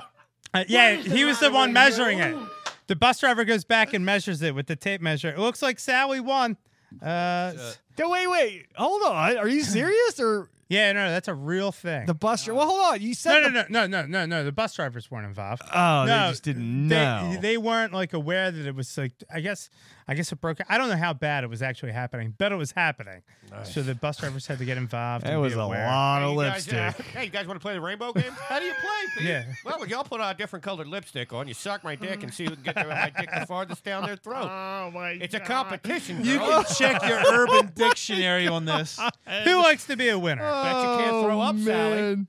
K: uh, yeah, he was the one measuring it. The bus driver goes back and measures it with the tape measure. It looks like Sally won. Uh, s-
F: No, wait, wait. Hold on. Are you serious or
K: yeah, no, that's a real thing.
F: the bus driver? Well, hold on. You said
K: no, no,
F: the-
K: no, no, no, no, no. The bus drivers weren't involved.
F: Oh,
K: no,
F: they just didn't
K: they-
F: know.
K: They, weren't like aware that it was like. I guess, I guess it broke. I don't know how bad it was actually happening, but it was happening. So the bus drivers had to get involved.
F: That
K: and
F: was
K: be
F: a
K: aware.
F: lot of
J: Hey, you guys,
F: lipstick.
J: uh, hey, you guys want to play the rainbow game? How do you play? Pete?
K: Yeah.
J: Well, we all put on different colored lipstick on. You suck my dick and see who can get their, my dick the farthest down their throat. Oh my! It's a competition.
N: You
J: girl.
N: can check your
G: *laughs* Oh
N: Urban Dictionary on this.
K: Who likes to be a winner?
J: Bet you
F: Oh.
J: can't throw up, Sally.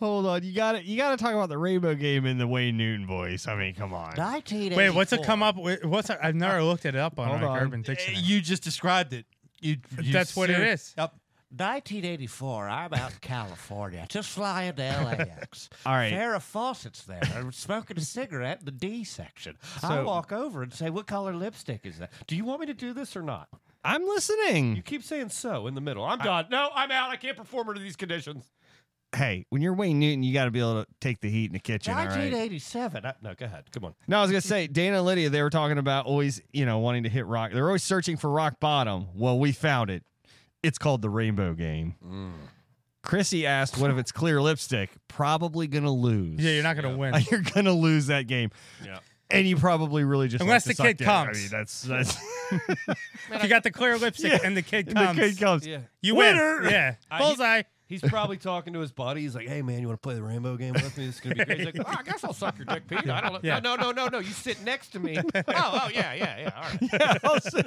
F: Hold on. You got to You got to talk about the rainbow game in the Wayne Newton voice. I mean, come on.
O: 1984.
K: Wait, what's it come up? with? What's it, I've never looked it up on
F: Hold
K: like
F: on.
K: Urban Dictionary.
N: You just described it. You, you
K: That's what it
N: ser-
K: is.
N: Yep.
O: 1984. I'm out in California, just flying to
J: *laughs*
O: LAX.
F: All right.
O: Farrah Fawcett's there, and smoking a cigarette in the D section. I
F: So-
O: walk over and say, "What color lipstick is that?"
J: Do you want me to do this or not?
F: I'm listening.
J: You keep saying so in the middle. I'm done. No, I'm out. I can't perform under these conditions.
F: Hey, when you're Wayne Newton, you got to be able to take the heat in the kitchen. All right.
O: 1987.
J: No, go ahead. Come on.
F: No, I was gonna say Dana and Lydia. They were talking about always, you know, wanting to hit rock. They're always searching for rock bottom. Well, we found it. It's called the Rainbow Game.
J: Mm.
F: Chrissy asked, "What if it's clear lipstick? Probably gonna lose.
K: Yeah, you're not
F: *laughs*
K: gonna win.
F: You're gonna lose that game.
J: Yeah.
F: And you probably really just
K: Unless
F: like to
K: the
F: suck
K: kid
F: dick. I
K: comes.
F: mean, that's that's *laughs*
K: If you got the clear lipstick and the kid
F: the
K: comes.
F: kid comes.
K: You
F: Winner! Uh,
K: win. Yeah,
J: I-
K: bullseye.
J: He's probably talking to his buddy. He's like, "Hey man, you want to play the rainbow game with me? This is gonna be great." He's like, oh, "I guess I'll suck your dick, Pete. I don't know.
K: Yeah.
J: No, no, no, no, no. You sit next to *laughs* me. oh, oh yeah, yeah, yeah. All right. Yeah,
F: *laughs* I'll see.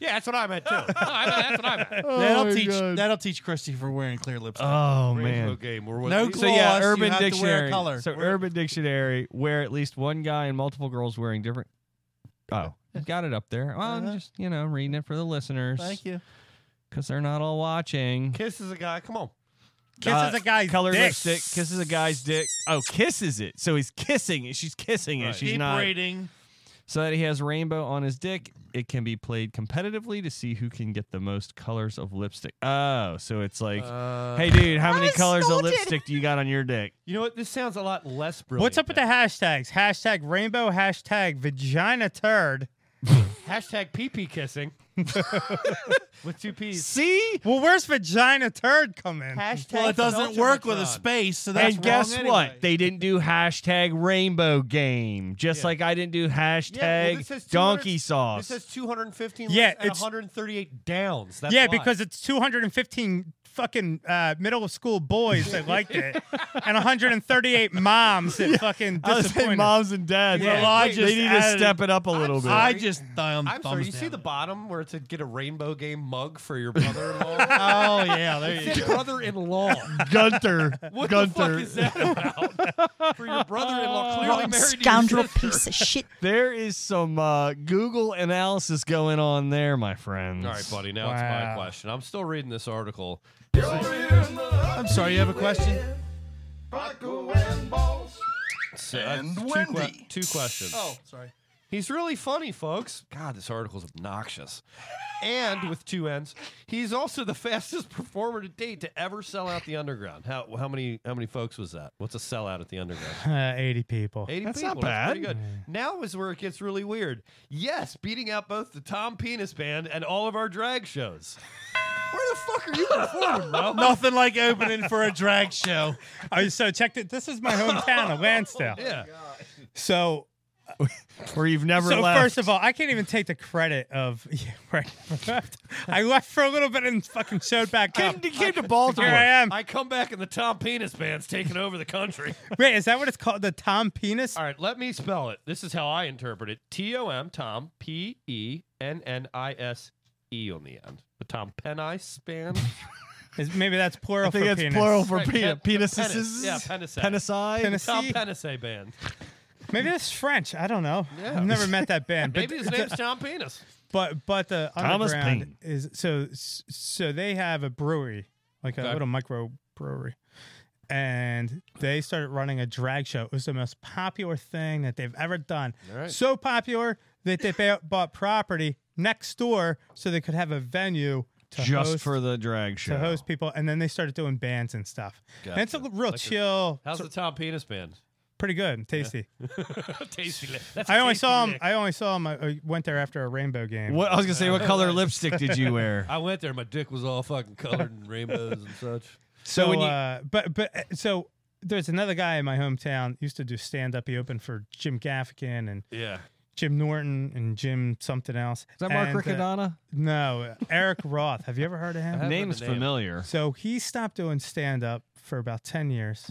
J: that's what I meant too. Oh, *laughs* I know, that's what I meant.
F: Oh
N: that'll
F: my
N: teach.
F: God.
N: That'll teach Christy for wearing clear lipstick.
F: Oh
J: rainbow
F: man.
J: game. Or what?
N: No
J: these-
N: clue.
F: So yeah,
N: Plus, you
F: Urban
N: have to wear a
F: Dictionary.
N: color.
F: So Urban Dictionary, where at least one guy and multiple girls wearing different. Oh, got it up there. Well, I'm
N: Uh-huh.
F: just you know reading it for the listeners
N: Thank you.
F: because they're not all watching. Uh,
J: kisses a guy. Come on.
K: Kisses a guy's
F: Color
K: dick.
F: lipstick kisses a guy's dick. Oh, kisses it. So he's kissing it. She's kissing it.
N: Right.
F: She's
N: Keep
F: not.
N: rating.
F: So that he has rainbow on his dick. It can be played competitively to see who can get the most colors of lipstick. Oh, so it's like, hey dude, how many colors of lipstick do you got on your dick?
J: You know what? This sounds a lot less brilliant.
K: What's up with the hashtags? Hashtag rainbow. Hashtag vagina turd.
J: hashtag pee pee kissing with two p's?
F: See?
K: Well, where's vagina turd come in?
J: Hashtag
N: Well, it doesn't work with a
J: Peltron.
N: space, so that's
F: and guess
N: wrong anyway.
F: what? They didn't do hashtag rainbow game, just
J: Yeah.
F: like I didn't do hashtag
J: Yeah, well, this says 200
F: donkey sauce.
J: This says 215
K: Yeah,
J: yeah, and
K: it's-
J: 138 downs. That's
K: yeah,
J: why.
K: because it's 215 fucking uh, middle school boys that
J: *laughs*
K: liked it, and 138 moms that fucking
F: *laughs* I was saying
K: disappointed.
F: moms and dads.
N: Yeah.
F: but
N: Well, I
F: they
N: just
F: need to
N: added-
F: step it up a little bit.
G: *laughs*
N: I just thumb.
J: I'm sorry.
N: thumbs
J: You see
N: down.
J: the bottom where it said get a rainbow game mug for your brother-in-law.
F: *laughs*
N: Oh yeah, there you
J: It said
N: go.
J: brother-in-law.
F: Gunter.
J: What
F: Gunter.
J: the fuck is that about? *laughs* For your brother-in-law, clearly married to your sister.
C: of shit.
F: There is some uh, Google analysis going on there, my friends.
J: All right, buddy. Now it's my
K: Wow.
J: question. I'm still reading this article.
N: I'm sorry. You have a question?
J: So, uh, two, que- two questions.
N: Oh, sorry.
J: He's really funny, folks. God, this article's obnoxious. And with two ends, he's also the *laughs* fastest performer to date to ever sell out the underground. How how many how many folks was that? What's a sellout at the underground?
K: Uh, 80 people.
J: Eighty
F: That's
J: people.
F: not
J: That's pretty
F: bad.
J: good. Now is where it gets really weird. Yes, beating out both the Tom Penis Band and all of our drag shows. Where the fuck are you performing, bro?
K: *laughs*
N: Nothing
J: *laughs*
N: like opening for a drag show.
K: Oh, so check it. This is my hometown of Lansdale.
J: Yeah.
K: So uh,
F: where you've never
K: so
F: left.
K: first of all, I can't even take the credit of *laughs* yeah, right. I left for a little bit and fucking showed back up.
J: He came to Baltimore.
K: Here I am.
J: I come back and the Tom Penis Band's taking over the country. *laughs*
K: Wait, is that what it's called? The Tom Penis?
J: All right, let me spell it. This is how I interpret it. T O M Tom P E N N I S E on the end. The Tom Penis
K: *laughs*
J: Band.
K: Is, maybe that's plural
J: I think
K: for
J: it's
K: penis.
J: plural for Right, pe- pen- penises. yeah, penicillin.
F: Penicillin.
J: Tom
K: Penicillin.
J: Penisay Band.
K: Maybe that's French. I don't know.
J: Yeah.
K: I've never met that band.
J: *laughs*
K: but *laughs*
J: Maybe his name's Tom Penis.
K: But but the
J: Thomas
K: underground is so so they have a brewery, like a
J: Okay.
K: little micro brewery, and they started running a drag show. It was the most popular thing that they've ever done.
J: All right.
K: So popular that they ba- bought property next door so they could have a venue to
F: just
K: host,
F: for the drag show.
K: to host people, and then they started doing bands and stuff. And it's a
J: Gotcha.
K: real
J: Like a-
K: chill,
J: How's the Tom Penis
K: *laughs*
J: Band?
K: pretty good, and tasty.
J: tasty. li- That's a
K: I only
J: tasty
K: saw him.
J: lick.
K: I only saw him. I I went there after a rainbow game.
F: What- I was gonna say,
K: Uh,
F: what
K: *laughs*
F: color lipstick did you wear?
J: I went there. My dick was all fucking colored in rainbows and such.
K: So,
J: when you-
K: uh, but but uh, so there's another guy in my hometown used to do stand up. He opened for Jim Gaffigan and
J: Yeah.
K: Jim Norton and Jim something else. Is
F: that Mark Riccadonna?
K: no, Eric Roth. Have you ever heard of
F: I have
K: him?
F: heard Name's the name. familiar.
K: So he stopped doing stand up for about ten years,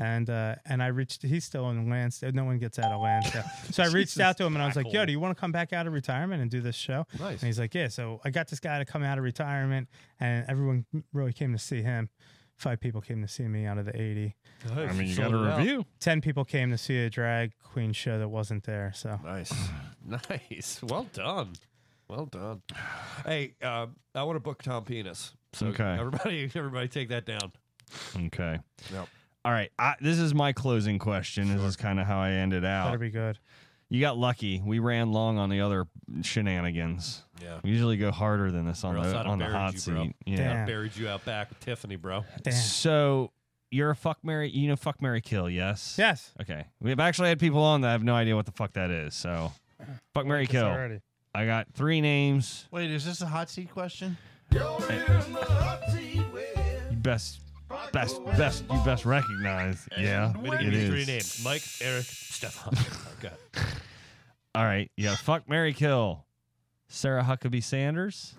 K: and uh, and I reached. He's still in Lansdale. No one gets out of Lansdale.
F: *laughs*
K: So I reached
F: Jesus,
K: out to him and I was like, "Yo,
F: Michael.
K: do you want to come back out of retirement and do this show?"
F: Nice.
K: And he's like, "Yeah." So I got this guy to come out of retirement, and everyone really came to see him. Five people came to see me out of the eighty.
F: Nice. I mean, you Sold got a it out. review.
K: Ten people came to see a drag queen show that wasn't there. So
J: nice. *sighs* Nice. Well done. Well *sighs* done. Hey, uh, I want to book Tom Penis. So
F: Okay.
J: everybody, *laughs* everybody, take that down.
F: Okay. All right. I, this is my closing question. This is kind of how I ended out.
K: Better be good.
F: You got lucky. We ran long on the other shenanigans.
J: Yeah.
F: We usually go harder than this on
J: Or else
F: the
J: I'd have
F: on the
J: buried
F: hot
J: you,
F: seat.
J: bro.
F: Yeah.
J: I buried you out back with Tiffany, bro.
F: So you're a fuck Mary. You know fuck Mary kill. Yes.
K: Yes.
F: Okay. We've actually had people on that have no idea what the fuck that is. So fuck Mary
N: this
F: kill.
N: already.
F: I got three names.
N: Wait, is this a hot seat question?
F: Best, best, best. You best recognize. Yeah. It
J: Give me three
F: is.
J: names: Mike, Eric, Stefan. okay.
F: All right. Yeah. Fuck Mary Kill. Sarah Huckabee Sanders,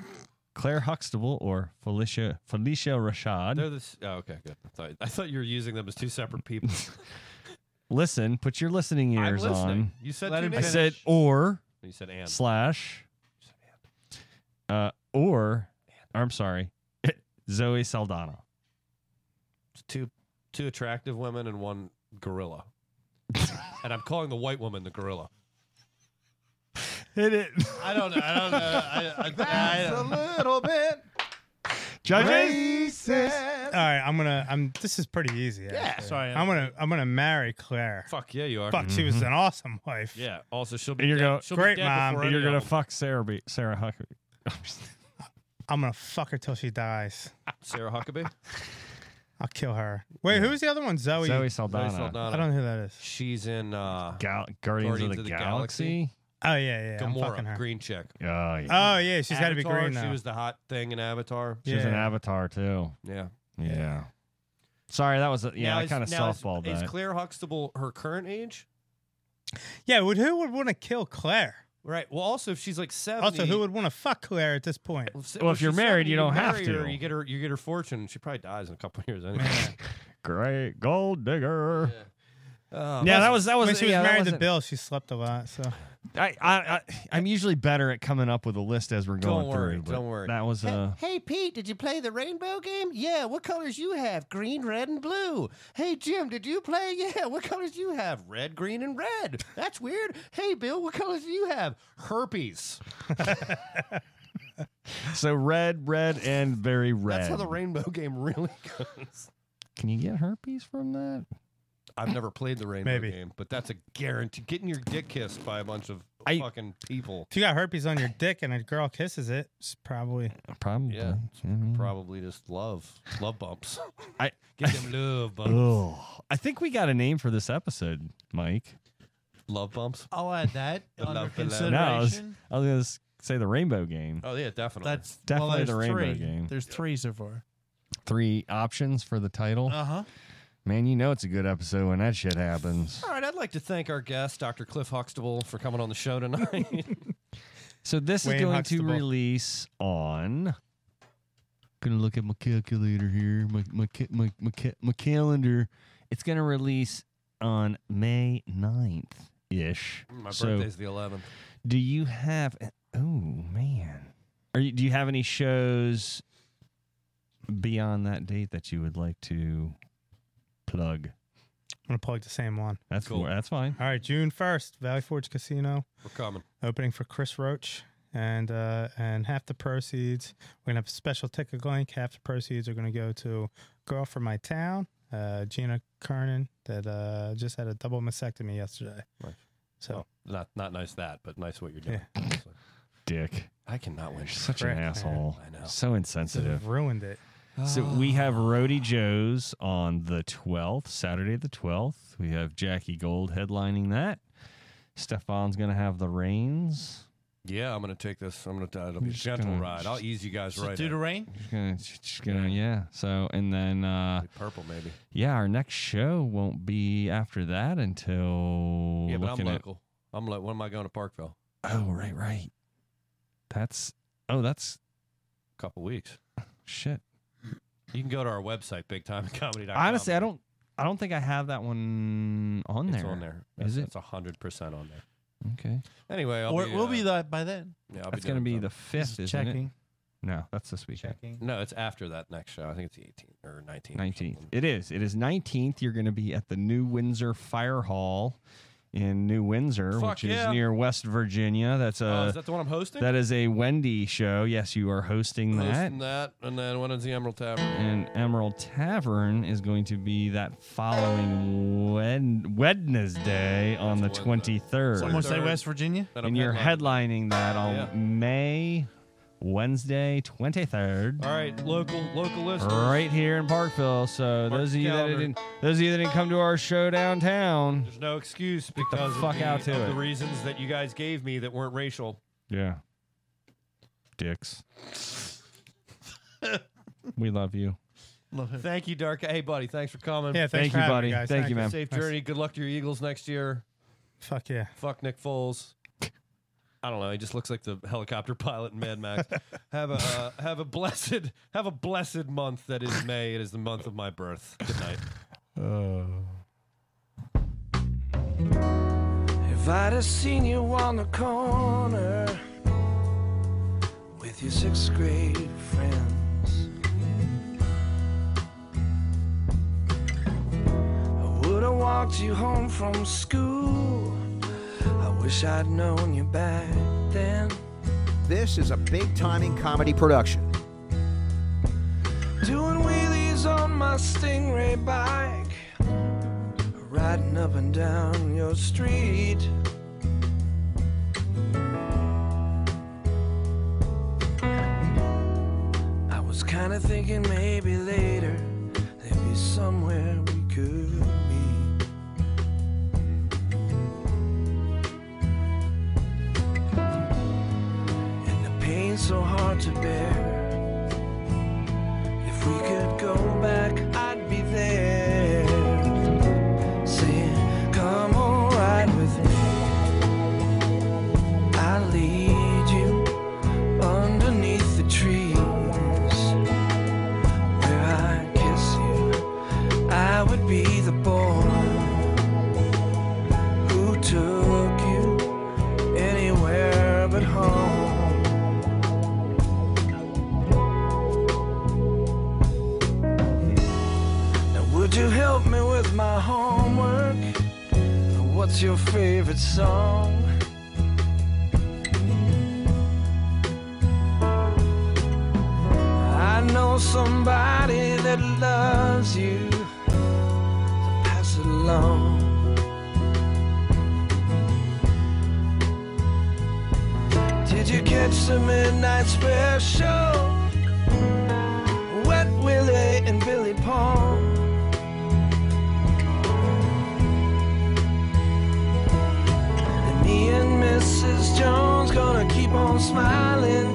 F: Claire Huxtable, or Felicia Felicia Rashad.
J: They're this. Oh, okay, good. I thought, I thought you were using them as two separate people.
F: *laughs* Listen, put your listening
J: I'm
F: ears
J: listening.
F: on.
J: You said
F: I
J: two names.
F: said or.
J: You said and.
F: slash. Uh, or, I'm sorry, *laughs* Zoe Saldana.
J: It's two two attractive women and one
F: *laughs*
J: gorilla. and I'm calling the white woman the gorilla.
F: Hit it.
N: I don't know. I don't know. I, I, That's a little bit.
K: Judges.
N: racist.
K: All right, I'm gonna. I'm. This is pretty easy. Yeah,
J: sorry.
K: I'm gonna. I'm gonna marry Claire.
J: Fuck yeah, you are.
K: Fuck, she was
F: Mhm.
K: an awesome wife.
J: Yeah. Also, she'll be
F: And you're
J: dead-
F: going,
J: she'll
K: Great
J: be dead
K: mom,
J: before uh,
F: and
J: any
F: you're
J: of
F: going to
J: them.
F: fuck Sarah, B- Sarah Huckabee.
K: I'm gonna fuck her till she dies.
J: Sarah Huckabee.
K: I'll kill her. Wait, who's the other one? Oh, Zoe.
F: Zoe Saldana.
K: I don't know who that is.
J: She's in uh,
F: Gal- Guardians, of the, Galaxy.
K: Oh yeah, yeah. I'm fucking
J: Gamora,
K: her.
J: green chick.
F: Oh, yeah.
K: Oh yeah, she's got to be
J: Avatar,
K: green
J: She
K: now.
J: was the hot thing in Avatar.
F: She was an avatar, too.
J: Yeah.
F: Yeah. Sorry, that was, a, yeah,
J: Now
F: I
J: is-
F: kind of
J: now is-
F: softballed
J: Is
F: that.
J: Claire Huxtable her current age?
K: Yeah, would who would want to kill Claire?
J: Right. Well, also if she's like seventy.
K: Also, who would want to fuck Claire at this point?
J: Well, if she's 70, marry her, you get her. You get her fortune. She probably dies in a couple years anyway.
F: *laughs* *laughs* Great gold digger.
J: Oh,
F: Yeah, that was that was.
K: when she was
F: yeah, that
K: married to
F: wasn't-
K: Bill. She slept a lot, so
F: I, I, I I'm usually better at coming up with a list as we're going
J: Don't worry,
F: through. but
J: don't worry.
F: That was
J: *laughs*
F: uh,
O: Hey Pete, did you play the rainbow game? Yeah, what colors you have? Green, red, and blue. Hey Jim, did you play? *laughs* Yeah, what colors you have?
J: red, green, and red. That's weird. Hey, Bill, what colors do you have? Herpes.
F: so red, red, and very red.
J: That's how the rainbow
O: *laughs*
J: game really goes.
F: Can you get herpes from that?
J: I've never played the rainbow
K: Maybe.
J: game, but that's a guarantee. Getting your dick kissed by a bunch of fucking people.
K: if you got herpes on your dick and a girl kisses it, it's probably
F: Probably.
J: Yeah,
F: I mean-
J: probably just love, love
F: *laughs*
J: bumps.
F: I
J: Get them love bumps.
F: Ugh. I think we got a name for this episode, Mike.
J: Love bumps.
N: I'll add that
J: The
N: under
J: love below.
N: consideration.
F: No, I was, I was gonna s- say the rainbow game.
J: Oh yeah, definitely.
N: That's
F: Definitely
N: well, there's
F: the rainbow
N: three.
F: game.
N: There's three so far.
J: Oh.
P: Uh-huh.
F: Three options for the title.
N: Uh huh.
F: Man, you know it's a good episode when that shit happens.
J: All right, I'd like to thank our guest, Dr. Cliff Huxtable, for coming on the show
F: *laughs*
J: tonight.
F: So this
J: Wayne
F: is going
J: Huxtable.
F: to release on. Gonna look at my calculator here, my my ca- my my, ca- my calendar. It's gonna release on May 9th ish.
J: My
F: So,
J: birthday's the 11th.
F: Do you have? Oh man, are you? Do you have any shows beyond that date that you would like to plug?
K: I'm gonna plug the same one.
F: That's Cool. that's fine.
K: All right, June first, Valley Forge Casino.
J: We're coming.
K: Opening for Chris Roach, and uh, and half the proceeds we're gonna have a special ticket link. Half the proceeds are gonna go to Girl from My Town, uh, Gina Kernan, that uh, just had a double mastectomy yesterday.
J: Right.
K: So
J: Not not nice that, but nice what you're doing.
F: Dick.
J: I cannot win.
F: You're such
J: Frick,
F: an
J: man.
F: asshole.
J: I know.
F: So insensitive.
K: You've ruined it.
F: So we have
N: Ah.
F: Roadie Joe's on the 12th, Saturday the 12th. We have Jackie Gold headlining that. Stefan's going to have the reins.
J: Yeah, I'm gonna take this. I'm gonna. uh, It'll be a
F: Just
J: gentle
F: gonna-
J: ride. I'll ease you guys
F: Just
J: right.
F: do
J: in.
F: the rain? She's gonna, she's gonna, yeah. So and then uh
J: purple maybe.
F: Yeah, our next show won't be after that until
J: Yeah, but I'm
F: looking at-
J: local. I'm like, when am I going to Parkville?
F: Oh right, right. That's oh that's
J: A couple weeks.
F: shit.
J: You can go to our website, bigtimecomedy.com.
F: Honestly, I don't. I don't think I have that one on
J: It's
F: there.
J: on there.
F: Is it?
J: It's hundred percent on there.
F: Okay.
J: Anyway, I'll
P: or
J: be,
P: we'll
J: uh,
P: be that by then.
J: Yeah, I'll
F: That's
J: be
F: going to
J: doing something.
F: be the fifth, isn't
P: checking.
F: it? No, that's this weekend.
J: No, it's after that next show. I think it's the 18th or 19th. or
F: Nineteenth. It is. It is nineteenth. You're going to be at the New Windsor Fire Hall in New Windsor,
J: Fuck
F: which
J: yeah.
F: is near West Virginia. That's a.
J: Oh, is that the one I'm hosting?
F: Uh, That is a Wendy show. Yes, you are hosting
J: something.
F: that.
J: Hosting that, and then when is the Emerald Tavern?
F: And Emerald Tavern is going to be that following Wed- Wednesday on the twenty third.
P: Someone say West Virginia.
F: and you're headlining that on
J: Yeah.
F: May Wednesday, 23rd.
J: All right, local local listeners.
F: Right here in Parkville. So
J: Mark
F: those of
J: the
F: you
J: calendar.
F: that didn't, those of you that didn't come to our show downtown,
J: There's no excuse
F: the
J: because
F: fuck
J: of, the,
F: out to
J: of
F: it.
J: the reasons that you guys gave me that weren't racial.
F: yeah, dicks. we love you.
J: Thank you, Dark. Hey, buddy, thanks for coming.
K: Yeah, thanks Thank for you, having me, buddy. guys. Thank Thank you, you. man.
J: Safe
K: Thanks.
J: journey. Good luck to your Eagles next year.
K: Fuck yeah.
J: Fuck Nick Foles. I don't know. He just looks like the helicopter *laughs* pilot in Mad
F: *laughs*
J: Max. have a uh, have a blessed have a blessed month that is May. It is the month of my birth. Good night.
G: If I'd have seen you on the corner with your sixth grade friends, I would have walked you home from school. I wish I'd known you back then.
A: This is a big timing comedy production.
G: Doing wheelies on my stingray bike, riding up and down your street. I was kinda thinking maybe later there'd be somewhere we could meet. And the pain's so hard to bear. If we could go back, I'd be there. Saying, come on, ride with me. I'll lead you underneath the trees. Where I kiss you, I would be the boy who took you anywhere but home. Now would you help me with my homework? What's your favorite song? I know somebody that loves you. So pass it along. Did you catch the midnight special? Wet Willie and Billy Paul. And me and Mrs. Jones gonna keep on smiling.